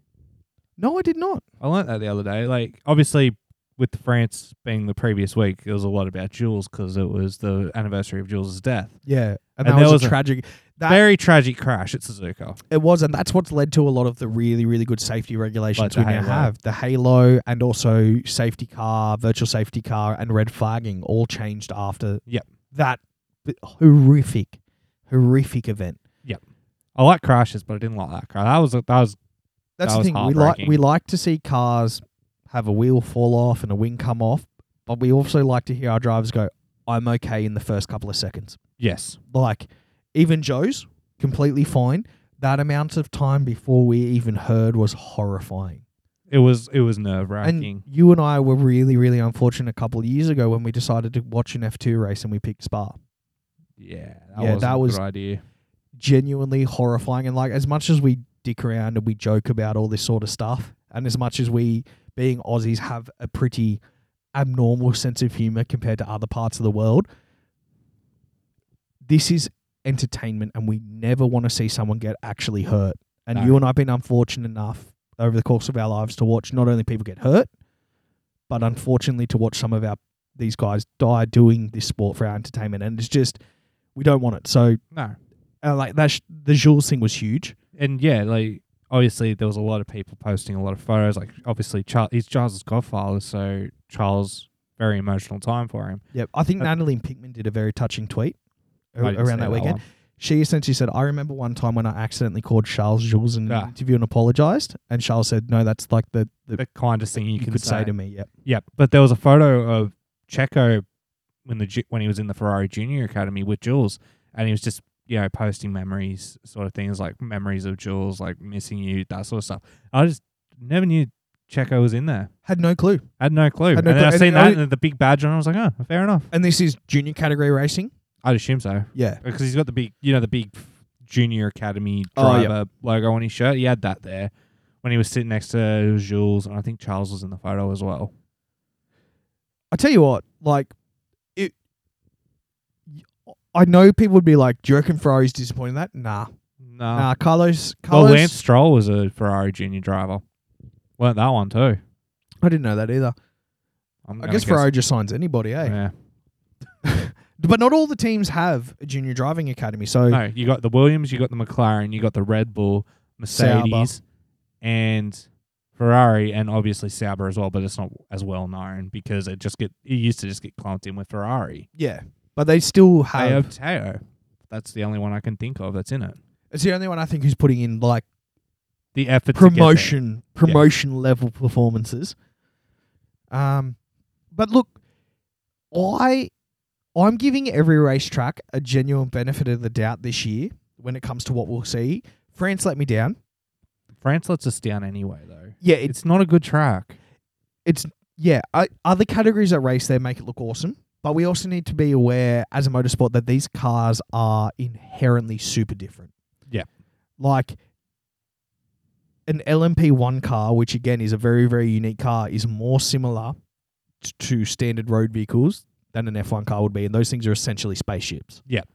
Speaker 1: No, I did not.
Speaker 2: I learnt that the other day. Like, obviously, with France being the previous week, it was a lot about Jules because it was the anniversary of Jules' death.
Speaker 1: Yeah. And,
Speaker 2: And
Speaker 1: that
Speaker 2: there
Speaker 1: was,
Speaker 2: was
Speaker 1: a
Speaker 2: a-
Speaker 1: tragic that
Speaker 2: Very tragic crash at Suzuka.
Speaker 1: it was, and that's what's led to a lot of the really, really good safety regulations
Speaker 2: Like
Speaker 1: we
Speaker 2: the
Speaker 1: now
Speaker 2: Halo.
Speaker 1: have. The halo and also safety car, virtual safety car and red flagging all changed after
Speaker 2: Yep.
Speaker 1: that b- horrific, horrific event.
Speaker 2: I like crashes, but I didn't like that crash. That was a, that was
Speaker 1: That's
Speaker 2: That
Speaker 1: the
Speaker 2: was
Speaker 1: thing. We like
Speaker 2: heartbreaking.
Speaker 1: we like to see cars have a wheel fall off and a wing come off, but we also like to hear our drivers go, "I'm okay" in the first couple of seconds.
Speaker 2: yes.
Speaker 1: Like even Joe's completely fine. That amount of time before we even heard was horrifying.
Speaker 2: It was it was nerve wracking.
Speaker 1: And you and I were really, really unfortunate a couple of years ago when we decided to watch an F2 race and we picked Spa.
Speaker 2: Yeah,
Speaker 1: Yeah,
Speaker 2: wasn't
Speaker 1: that
Speaker 2: a
Speaker 1: was-
Speaker 2: good idea.
Speaker 1: genuinely horrifying. And like, as much as we dick around and we joke about all this sort of stuff, and as much as we, being Aussies, have a pretty abnormal sense of humor compared to other parts of the world, this is entertainment, and we never want to see someone get actually hurt. And
Speaker 2: No.
Speaker 1: you and I've been unfortunate enough over the course of our lives to watch not only people get hurt, but unfortunately to watch some of our these guys die doing this sport for our entertainment. And it's just we don't want it. So
Speaker 2: No,
Speaker 1: uh, like that sh- the Jules thing was huge.
Speaker 2: and yeah, like obviously there was a lot of people posting a lot of photos. Like obviously Charles, he's Charles's godfather, so Charles very emotional time for him
Speaker 1: Yep, I think
Speaker 2: Uh,
Speaker 1: Natalie Pinkman did a very touching tweet a-
Speaker 2: I didn't see
Speaker 1: around that weekend.
Speaker 2: one.
Speaker 1: She essentially said, "I remember one time when I accidentally called Charles Jules in an
Speaker 2: Ah.
Speaker 1: interview and apologized, and Charles said, "No, that's like the, the,
Speaker 2: The kindest thing you,
Speaker 1: you
Speaker 2: can
Speaker 1: could say to me." Yep.
Speaker 2: Yeah, but there was a photo of Checo when the Ju- when he was in the Ferrari Junior Academy with Jules, and he was just you know, posting memories sort of things like memories of Jules, like missing you, that sort of stuff. I just never knew Checo was in there.
Speaker 1: Had no clue.
Speaker 2: I had no clue.
Speaker 1: Had no
Speaker 2: and then
Speaker 1: clue.
Speaker 2: I
Speaker 1: And
Speaker 2: seen
Speaker 1: I
Speaker 2: that
Speaker 1: didn't-
Speaker 2: and the big badge on. I was like, oh, fair enough.
Speaker 1: And this is junior category racing.
Speaker 2: I'd assume so
Speaker 1: Yeah.
Speaker 2: because he's got the big, you know, the big junior academy
Speaker 1: Oh, yeah.
Speaker 2: driver logo on his shirt. He had that there when he was sitting next to Jules, and I think Charles was in the photo as well.
Speaker 1: I tell you what, like it. I know people would be like, "Do you reckon Ferrari's disappointed in that?" Nah,
Speaker 2: No,
Speaker 1: nah. Carlos,
Speaker 2: well,
Speaker 1: Carlos.
Speaker 2: Lance Stroll was a Ferrari junior driver. Learned that one too.
Speaker 1: I didn't know that either.
Speaker 2: I'm
Speaker 1: I
Speaker 2: gonna
Speaker 1: guess Ferrari just signs anybody, eh?
Speaker 2: Yeah.
Speaker 1: But not all the teams have a junior driving academy, so
Speaker 2: No, you got the Williams, you got the McLaren, you got the Red Bull, Mercedes, and Ferrari, and obviously Sauber as well. But it's not as well known because it just get it used to just get clumped in with Ferrari.
Speaker 1: yeah. But they still
Speaker 2: Tao
Speaker 1: have.
Speaker 2: Tao. That's the only one I can think of that's in it.
Speaker 1: It's the only one I think who's putting in like
Speaker 2: The effort to get there.
Speaker 1: promotion promotion level performances. Um, but look, I I'm giving every racetrack a genuine benefit of the doubt this year when it comes to what we'll see. France let me down.
Speaker 2: France lets us down anyway, though.
Speaker 1: Yeah, it's
Speaker 2: It's not a good track.
Speaker 1: yeah. I, other categories that race there make it look awesome, but we also need to be aware as a motorsport that these cars are inherently super different.
Speaker 2: Yeah.
Speaker 1: like. An LMP1 car, which again is a very, very unique car, is more similar t- to standard road vehicles than an F1 car would be, and those things are essentially spaceships.
Speaker 2: Yep.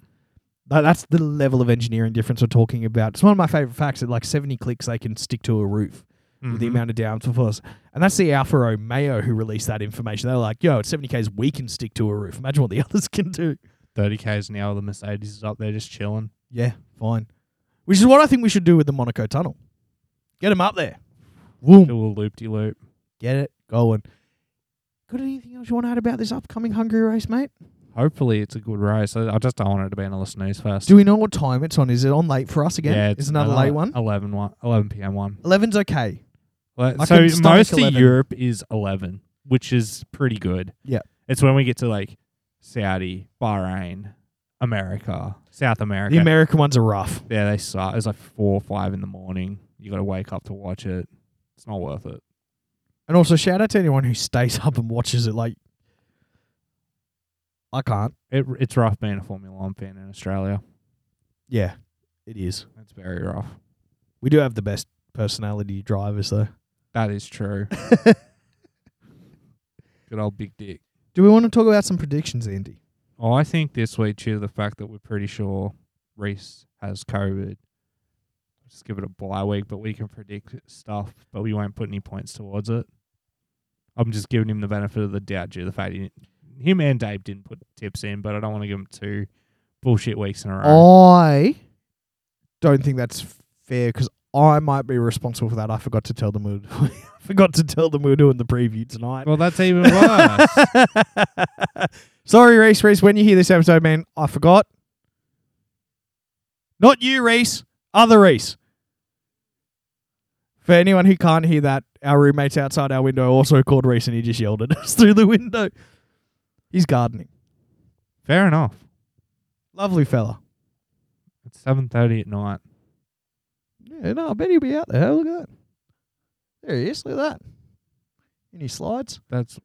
Speaker 1: Tha- that's the level of engineering difference we're talking about. It's one of my favorite facts that like 70 clicks they can stick to a roof with the
Speaker 2: Mhm.
Speaker 1: amount of downforce. And that's the Alfa Romeo who released that information. They're like, yo, at 70 Ks, we can stick to a roof. Imagine what the <laughs> others can do.
Speaker 2: 30 Ks an hour, the Mercedes is up there just chilling.
Speaker 1: Yeah, fine. Which is what I think we should do with the Monaco Tunnel. Get them up there.
Speaker 2: Do
Speaker 1: Boom.
Speaker 2: a loop de loop.
Speaker 1: Get it going. Got anything else you want to add about this upcoming Hungary race, mate?
Speaker 2: Hopefully, it's a good race. I I just don't want it to be another snooze fest.
Speaker 1: Do we know what time it's on? Is it on late for us again?
Speaker 2: Yeah,
Speaker 1: it's another late one.
Speaker 2: 11, one, 11 p.m. one.
Speaker 1: 11's okay.
Speaker 2: Well,
Speaker 1: I
Speaker 2: so
Speaker 1: can stomach
Speaker 2: most of
Speaker 1: 11.
Speaker 2: Europe is 11, which is pretty good.
Speaker 1: Yeah.
Speaker 2: It's when we get to like Saudi, Bahrain, America, South America.
Speaker 1: The American ones are rough.
Speaker 2: yeah, they start. It's like four or five in the morning. You got to wake up to watch it. It's not worth it.
Speaker 1: And also, shout out to anyone who stays <laughs> up and watches it. Like, I can't.
Speaker 2: it it's rough being a Formula One fan in Australia.
Speaker 1: Yeah, it is.
Speaker 2: It's very rough.
Speaker 1: We do have the best personality drivers, though.
Speaker 2: That
Speaker 1: <laughs>
Speaker 2: is true. Good old big dick.
Speaker 1: Do we want to talk about some predictions, Andy?
Speaker 2: Oh, I think this week, due to the fact that we're pretty sure Reese has COVID, just give it a bye week, but we can predict stuff, but we won't put any points towards it. I'm just giving him the benefit of the doubt due to the fact he didn't, him and Dave didn't put tips in, but I don't want to give him two bullshit weeks in a
Speaker 1: Oh.
Speaker 2: row.
Speaker 1: I don't think that's fair because I might be responsible for that. I forgot to tell them we were, <laughs> I forgot to tell them we were doing the preview tonight.
Speaker 2: Well, that's even
Speaker 1: <laughs>
Speaker 2: worse.
Speaker 1: Sorry, Reese. Reese, when you hear this episode, man, I forgot. Not you, Reese. Other Reese. For anyone who can't hear that, our roommates outside our window also called Reese, and he just yelled at us <laughs> through the window. He's gardening.
Speaker 2: Fair enough.
Speaker 1: Lovely fella.
Speaker 2: It's 7.30 at night.
Speaker 1: Yeah, no, I bet he'll be out there. Look at that. There he is. Look at that. Any slides?
Speaker 2: That's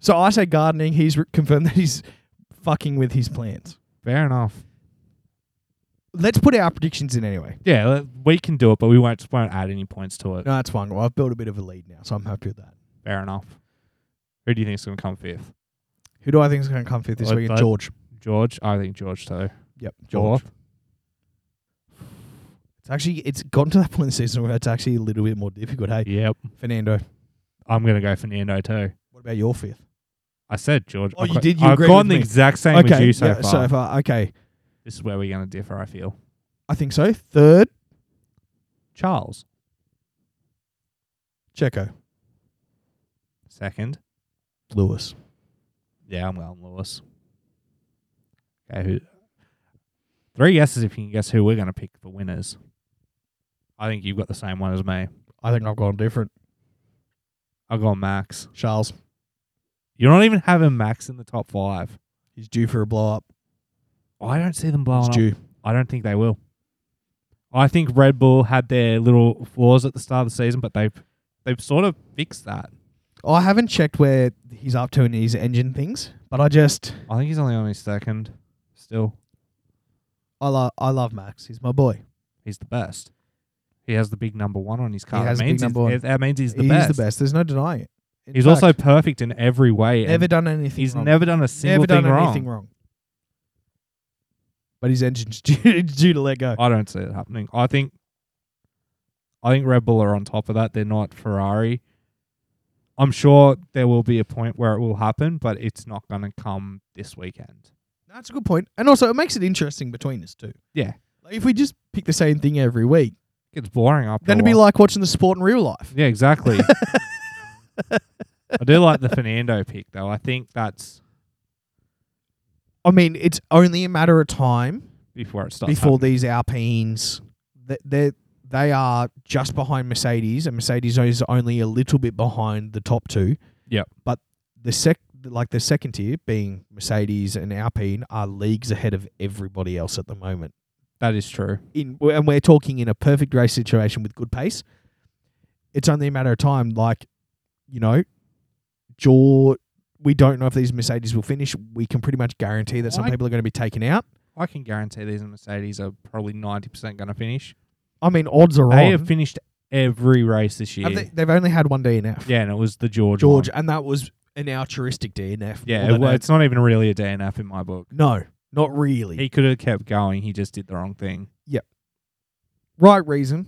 Speaker 1: So I say gardening. He's re- confirmed that he's fucking with his plants.
Speaker 2: fair enough.
Speaker 1: Let's put our predictions in anyway.
Speaker 2: Yeah, le- we can do it, but we won't just won't add any points to it.
Speaker 1: No, that's fine. Well, I've built a bit of a lead now, so I'm happy with that.
Speaker 2: Fair enough. Who do you think is going to come fifth?
Speaker 1: Who do I think is going to come fifth this
Speaker 2: Well,
Speaker 1: week?
Speaker 2: that-
Speaker 1: George.
Speaker 2: George, I think George too.
Speaker 1: Yep, George. It's actually it's gotten to that <laughs> point in the season where it's actually a little bit more difficult. Hey,
Speaker 2: Yep,
Speaker 1: Fernando,
Speaker 2: I'm going to go Fernando too.
Speaker 1: what about your fifth?
Speaker 2: I said George.
Speaker 1: Oh,
Speaker 2: I've
Speaker 1: you
Speaker 2: got-
Speaker 1: did, you
Speaker 2: I've
Speaker 1: agreed
Speaker 2: gone
Speaker 1: with
Speaker 2: the
Speaker 1: me.
Speaker 2: exact same as you so
Speaker 1: yeah,
Speaker 2: far.
Speaker 1: so far. Okay,
Speaker 2: This is where we're going to differ. I feel
Speaker 1: I think so. Third,
Speaker 2: Charles
Speaker 1: Checo,
Speaker 2: second.
Speaker 1: Lewis.
Speaker 2: Yeah, I'm going Lewis. Okay, who? Three guesses if you can guess who we're going to pick for winners. I think you've got the same one as me.
Speaker 1: I think I've gone different.
Speaker 2: I've gone Max.
Speaker 1: Charles,
Speaker 2: You're not even having Max in the top five.
Speaker 1: he's due for a blow up.
Speaker 2: I don't see them blowing
Speaker 1: It's
Speaker 2: up.
Speaker 1: due.
Speaker 2: I don't think they will. I think Red Bull had their little flaws at the start of the season, but they've they've sort of fixed that.
Speaker 1: I haven't checked where he's up to in his engine things, but I just
Speaker 2: I think he's only on his second. Still,
Speaker 1: I love I love Max. He's my boy.
Speaker 2: he's the best. He has the big number one on his car.
Speaker 1: has
Speaker 2: that
Speaker 1: the big
Speaker 2: means
Speaker 1: number
Speaker 2: he's-
Speaker 1: one.
Speaker 2: That means he's the
Speaker 1: he's
Speaker 2: best.
Speaker 1: the best. There's no denying it. In
Speaker 2: He's
Speaker 1: fact,
Speaker 2: also perfect in every way. and
Speaker 1: never done anything.
Speaker 2: he's
Speaker 1: wrong.
Speaker 2: never done a single
Speaker 1: never done
Speaker 2: thing wrong.
Speaker 1: anything wrong. But his engine's <laughs> due, it's due to let go.
Speaker 2: I don't see it happening. I think I think Red Bull are on top of that. They're not Ferrari. I'm sure there will be a point where it will happen, but it's not going to come this weekend.
Speaker 1: That's a good point, and also it makes it interesting between us too.
Speaker 2: Yeah.
Speaker 1: like if we just pick the same thing every week,
Speaker 2: It's boring up.
Speaker 1: then it'd be like watching the sport in real life.
Speaker 2: yeah,
Speaker 1: <laughs>
Speaker 2: exactly. I do like the Fernando pick though. I think that's
Speaker 1: I mean, it's only a matter of time
Speaker 2: before it starts.
Speaker 1: before these Alpines. th- They they are just behind Mercedes, and Mercedes is only a little bit behind the top two.
Speaker 2: Yep.
Speaker 1: But the sec like the second tier being Mercedes and Alpine are leagues ahead of everybody else at the moment.
Speaker 2: happening. that is true.
Speaker 1: In and we're talking in a perfect race situation with good pace. It's only a matter of time. Like you know, Jaw. We don't know if these Mercedes will finish. We can pretty much guarantee that some
Speaker 2: I-
Speaker 1: people are going to be taken out.
Speaker 2: I can guarantee these Mercedes are probably ninety percent going to finish.
Speaker 1: I mean, odds are
Speaker 2: They
Speaker 1: on.
Speaker 2: have finished every race this year.
Speaker 1: Have they, they've only had one DNF.
Speaker 2: yeah, and it was the George.
Speaker 1: George,
Speaker 2: one.
Speaker 1: and that was an altruistic DNF.
Speaker 2: Yeah,
Speaker 1: Although
Speaker 2: well, it's not even really a DNF in my book.
Speaker 1: no, not really.
Speaker 2: He could have kept going. He just did the wrong thing.
Speaker 1: right reason.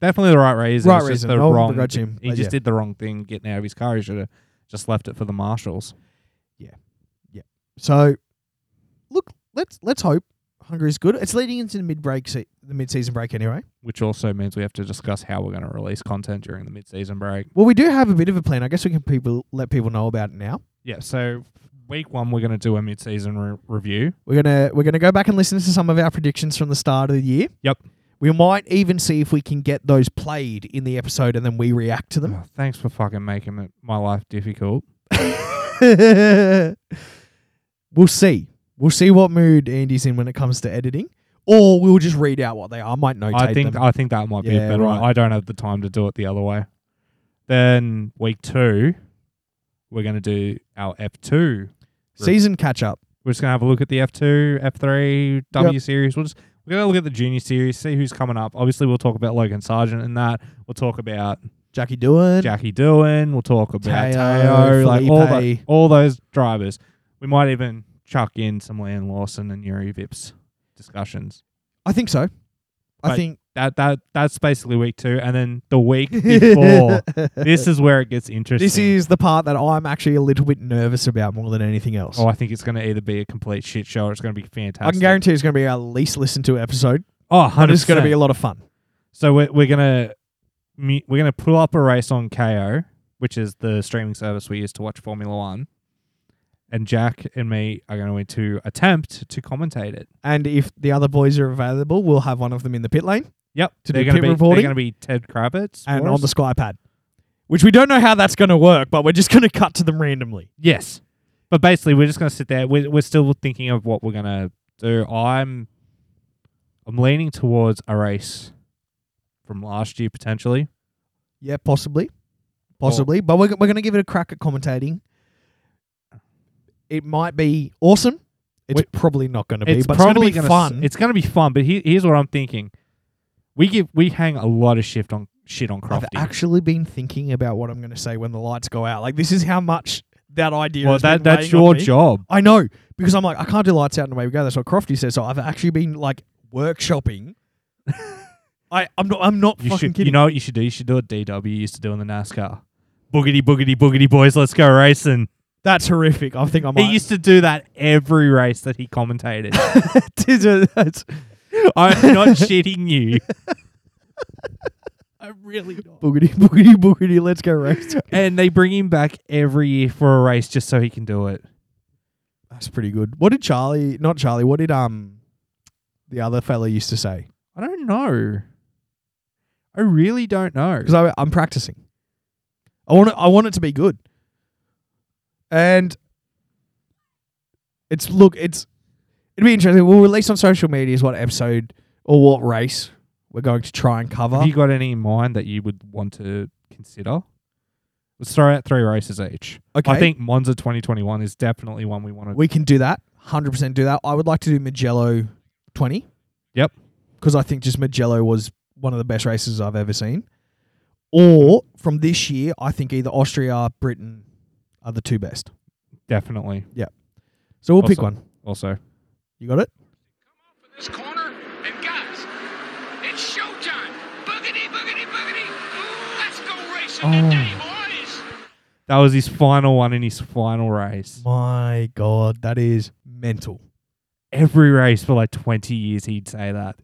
Speaker 2: Definitely the right reason.
Speaker 1: Right
Speaker 2: it's just
Speaker 1: reason.
Speaker 2: the
Speaker 1: No one
Speaker 2: wrong.
Speaker 1: begrudge him,
Speaker 2: He
Speaker 1: but
Speaker 2: just
Speaker 1: yeah.
Speaker 2: did the wrong thing getting out of his car. He should have just left it for the marshals.
Speaker 1: So, look, let's let's hope Hungary's good. It's leading into the mid break, se- the mid season break anyway.
Speaker 2: Which also means we have to discuss how we're going to release content during the mid-season break.
Speaker 1: Well, we do have a bit of a plan. I guess we can people let people know about it now.
Speaker 2: Yeah. So week one, we're going to do a mid-season re- review.
Speaker 1: We're gonna we're gonna go back and listen to some of our predictions from the start of the year.
Speaker 2: Yep.
Speaker 1: We might even see if we can get those played in the episode, and then we react to them.
Speaker 2: Oh, thanks for fucking making it, my life difficult. <laughs>
Speaker 1: we'll see. We'll see what mood Andy's in when it comes to editing, or we'll just read out what they are. I might notate
Speaker 2: I think
Speaker 1: them.
Speaker 2: I think that might be a
Speaker 1: Yeah,
Speaker 2: better. one.
Speaker 1: right.
Speaker 2: I don't have the time to do it the other way. Then week two, we're going to do our F two
Speaker 1: Season catch up.
Speaker 2: We're just gonna have a look at the F two, F three, W series. We'll just we're gonna look at the junior series, see who's coming up. Obviously, we'll talk about Logan Sargent and that. We'll talk about
Speaker 1: Jackie Doohan.
Speaker 2: Jackie Doohan. We'll talk
Speaker 1: Teo,
Speaker 2: about Teo, like all tho-
Speaker 1: Felipe.
Speaker 2: all those drivers. We might even chuck in some Leon Lawson and Yuri Vips discussions.
Speaker 1: I think so. I
Speaker 2: But
Speaker 1: think <laughs>
Speaker 2: That that that's basically week two, and then the week <laughs> before. this is where it gets interesting.
Speaker 1: this is the part that I'm actually a little bit nervous about more than anything else.
Speaker 2: Oh, I think it's going to either be a complete shit show or it's going to be fantastic.
Speaker 1: I can guarantee it's going to be our least listened to episode.
Speaker 2: Oh, 100%.
Speaker 1: But it's going to be a lot of fun.
Speaker 2: So we're, we're gonna mu- we're gonna pull up a race on KO, which is the streaming service we use to watch Formula One, and Jack and me are going to attempt to commentate it.
Speaker 1: And if the other boys are available, we'll have one of them in the pit lane
Speaker 2: Yep,
Speaker 1: To do
Speaker 2: they're gonna
Speaker 1: pit
Speaker 2: be
Speaker 1: reporting?
Speaker 2: they're going to be Ted Kravitz
Speaker 1: and
Speaker 2: for
Speaker 1: on
Speaker 2: us.
Speaker 1: the sky pad, which we don't know how that's going to work, but we're just going to <laughs> cut to them randomly.
Speaker 2: yes, but basically we're just going to sit there. We're, we're still thinking of what we're going to do. I'm I'm leaning towards a race from last year potentially.
Speaker 1: Yeah, possibly. Possibly. But we're, we're going to give it a crack at commentating. It might be awesome. It's
Speaker 2: We-
Speaker 1: probably not going to be,
Speaker 2: it's
Speaker 1: but
Speaker 2: probably
Speaker 1: it's going to be
Speaker 2: gonna s-
Speaker 1: fun.
Speaker 2: it's going to be fun, but he, here's what I'm thinking: we give we hang a lot of shift on shit on
Speaker 1: I've
Speaker 2: Crofty.
Speaker 1: actually been thinking about what I'm going to say when the lights go out. Like, this is how much that idea
Speaker 2: well,
Speaker 1: has
Speaker 2: that
Speaker 1: been
Speaker 2: that's
Speaker 1: weighing on
Speaker 2: your
Speaker 1: me.
Speaker 2: job.
Speaker 1: I know, because I'm like, I can't do lights out and away we go. That's what Crofty says. So I've actually been, like, workshopping. <laughs> I, I'm not, I'm not
Speaker 2: You
Speaker 1: fucking
Speaker 2: should
Speaker 1: kidding.
Speaker 2: you know what you should do? You should do what DW used to do in the NASCAR. Boogity boogity boogity boys, let's go racing.
Speaker 1: that's horrific. I think I
Speaker 2: He
Speaker 1: might. <laughs>
Speaker 2: used to do that every race that he commentated. <laughs>
Speaker 1: that's,
Speaker 2: I'm
Speaker 1: <laughs>
Speaker 2: not shitting you. I'm really not.
Speaker 1: boogity, boogity, boogity, let's go race.
Speaker 2: And they bring him back every year for a race just so he can do it.
Speaker 1: That's pretty good. What did Charlie? Not Charlie. What did um the other fella used to say?
Speaker 2: I don't know. I really don't know.
Speaker 1: Because I'm practicing. I want it. I want it to be good. And it's look. It's It'd be interesting. We'll release on social media is what episode or what race we're going to try and cover.
Speaker 2: Have you got any in mind that you would want to consider? Let's throw out three races each.
Speaker 1: okay,
Speaker 2: I think Monza 2021 is definitely one we want to.
Speaker 1: we can do that. Hundred percent do that. I would like to do Magello twenty.
Speaker 2: Yep.
Speaker 1: Because I think just Magello was one of the best races I've ever seen. Or from this year, I think either Austria, Britain are the two best.
Speaker 2: Definitely.
Speaker 1: So we'll pick
Speaker 2: Awesome.
Speaker 1: one.
Speaker 2: Also,
Speaker 1: You got it?
Speaker 3: in this corner. And guys, it's showtime. Boogity, boogity, boogity. Let's go racing today, boys.
Speaker 2: that was his final one in his final race.
Speaker 1: My God, that is mental.
Speaker 2: Every race for like 20 years, he'd say that.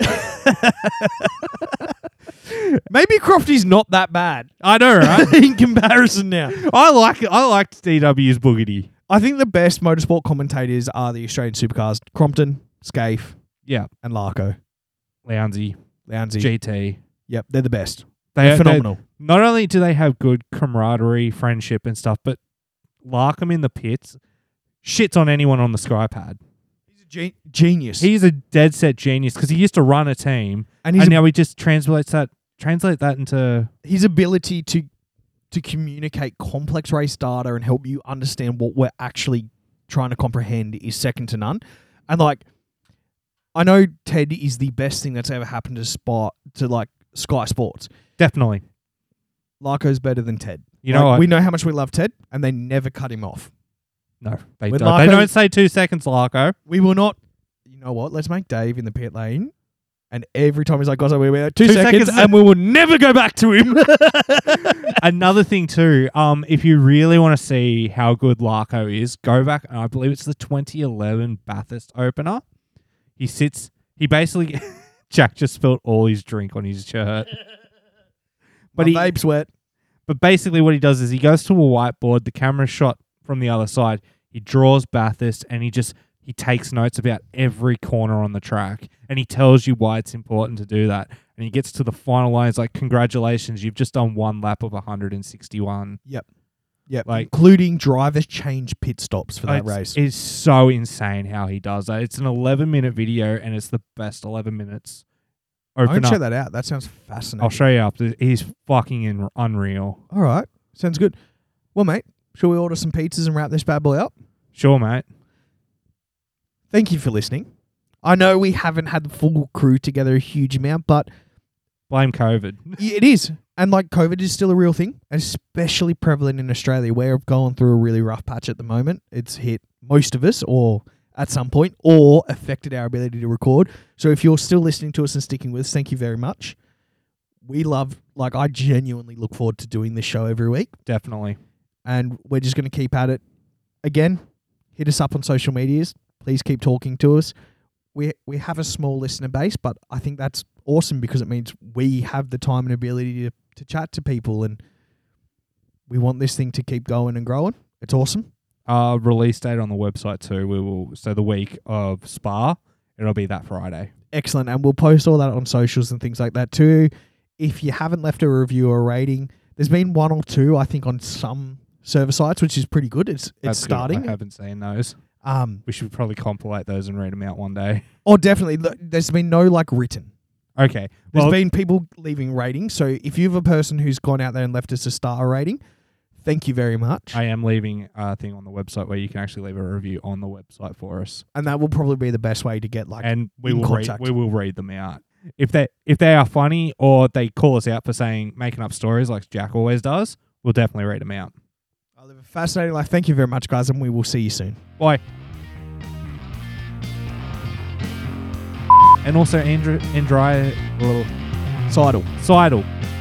Speaker 1: <laughs> Maybe Crofty's not that bad
Speaker 2: I
Speaker 1: <laughs>
Speaker 2: know, right?
Speaker 1: in comparison now.
Speaker 2: <laughs> I like I liked DW's boogity.
Speaker 1: I think the best motorsport commentators are the Australian supercars Crompton, Scaife,
Speaker 2: Yeah,
Speaker 1: and Larko.
Speaker 2: Lounsey,
Speaker 1: Lounsey.
Speaker 2: GT.
Speaker 1: Yep, they're the best.
Speaker 2: They
Speaker 1: They're
Speaker 2: they-
Speaker 1: phenomenal.
Speaker 2: not only do they have good camaraderie, friendship, and stuff, but Larkham in the pits shits on anyone on the sky pad.
Speaker 1: He's a gen- genius.
Speaker 2: He's a dead set genius because he used to run a team,
Speaker 1: and he's
Speaker 2: and
Speaker 1: a-
Speaker 2: now he just translates that translate that into
Speaker 1: his ability to to communicate complex race data and help you understand what we're actually trying to comprehend is second to none. And like I know Ted is the best thing that's ever happened to spot to like Sky Sports.
Speaker 2: definitely.
Speaker 1: Larko's better than Ted.
Speaker 2: You
Speaker 1: Like,
Speaker 2: know, what?
Speaker 1: we know how much we love Ted, and they never cut him off.
Speaker 2: no, they
Speaker 1: with
Speaker 2: don't. they
Speaker 1: Larko-
Speaker 2: don't say two seconds, Larko.
Speaker 1: We will not. You know what? Let's make Dave in the pit lane, and every time he's like, "Guys, we were two,
Speaker 2: Two
Speaker 1: seconds,
Speaker 2: seconds.
Speaker 1: and we will never go back to <laughs> him."
Speaker 2: Another thing too, um, if you really want to see how good Larko is, go back and I believe it's the 2011 Bathurst opener. He sits. He basically <laughs> Jack just spilled all his drink on his shirt. But
Speaker 1: but
Speaker 2: he,
Speaker 1: My babe's wet.
Speaker 2: but basically what he does is he goes to a whiteboard. The camera shot from the other side. He draws Bathurst and he just he takes notes about every corner on the track and he tells you why it's important to do that. And he gets to the final line. He's like, "Congratulations, you've just done one lap of 161."
Speaker 1: Yeah,
Speaker 2: Like-
Speaker 1: including drivers change pit stops for that
Speaker 2: it's,
Speaker 1: race.
Speaker 2: It's so insane how he does that. It's an 11 minute video and it's the best 11 minutes.
Speaker 1: I
Speaker 2: Open
Speaker 1: can
Speaker 2: up.
Speaker 1: check that out. That sounds fascinating.
Speaker 2: I'll show you up. He's fucking in, unreal.
Speaker 1: All right, sounds good. Well, mate, shall we order some pizzas and wrap this bad boy up?
Speaker 2: Sure, mate.
Speaker 1: Thank you for listening. I know we haven't had the full crew together a huge amount, but
Speaker 2: Blame COVID. <laughs>
Speaker 1: Yeah, It is. And like COVID is still a real thing, and especially prevalent in Australia. We're going through a really rough patch at the moment. It's hit most of us or at some point or affected our ability to record. So if you're still listening to us and sticking with us, thank you very much. We love like I genuinely look forward to doing this show every week
Speaker 2: Definitely.
Speaker 1: and we're just going to keep at it. Again, hit us up on social medias. Please keep talking to us. We we have a small listener base, but I think that's awesome because it means we have the time and ability to, to chat to people, and we want this thing to keep going and growing. It's awesome.
Speaker 2: Uh, release date on the website too. We will so the week of Spa. It'll be that Friday.
Speaker 1: Excellent. And we'll post all that on socials and things like that too. If you haven't left a review or a rating, there's been one or two, I think, on some server sites, which is pretty good. It's it's
Speaker 2: That's good. I
Speaker 1: starting.
Speaker 2: haven't seen those.
Speaker 1: Um,
Speaker 2: We should probably compilate those and read them out one day. <laughs>
Speaker 1: oh, definitely. Look, There's been no like written.
Speaker 2: Okay.
Speaker 1: There's
Speaker 2: Well,
Speaker 1: been people leaving ratings. So if you've a person who's gone out there and left us a star rating, thank you very much.
Speaker 2: I am leaving a thing on the website where you can actually leave a review on the website for us.
Speaker 1: and that will probably be the best way to get like
Speaker 2: and we
Speaker 1: in
Speaker 2: will read,
Speaker 1: contact.
Speaker 2: we will read them out if they if they are funny or they call us out for saying making up stories like Jack always does. We'll definitely read them out.
Speaker 1: I live a fascinating life. Thank you very much, guys, and we will see you soon.
Speaker 2: Bye. And also Andrew Andrea Sidle.
Speaker 1: Sidle.
Speaker 2: Sidle.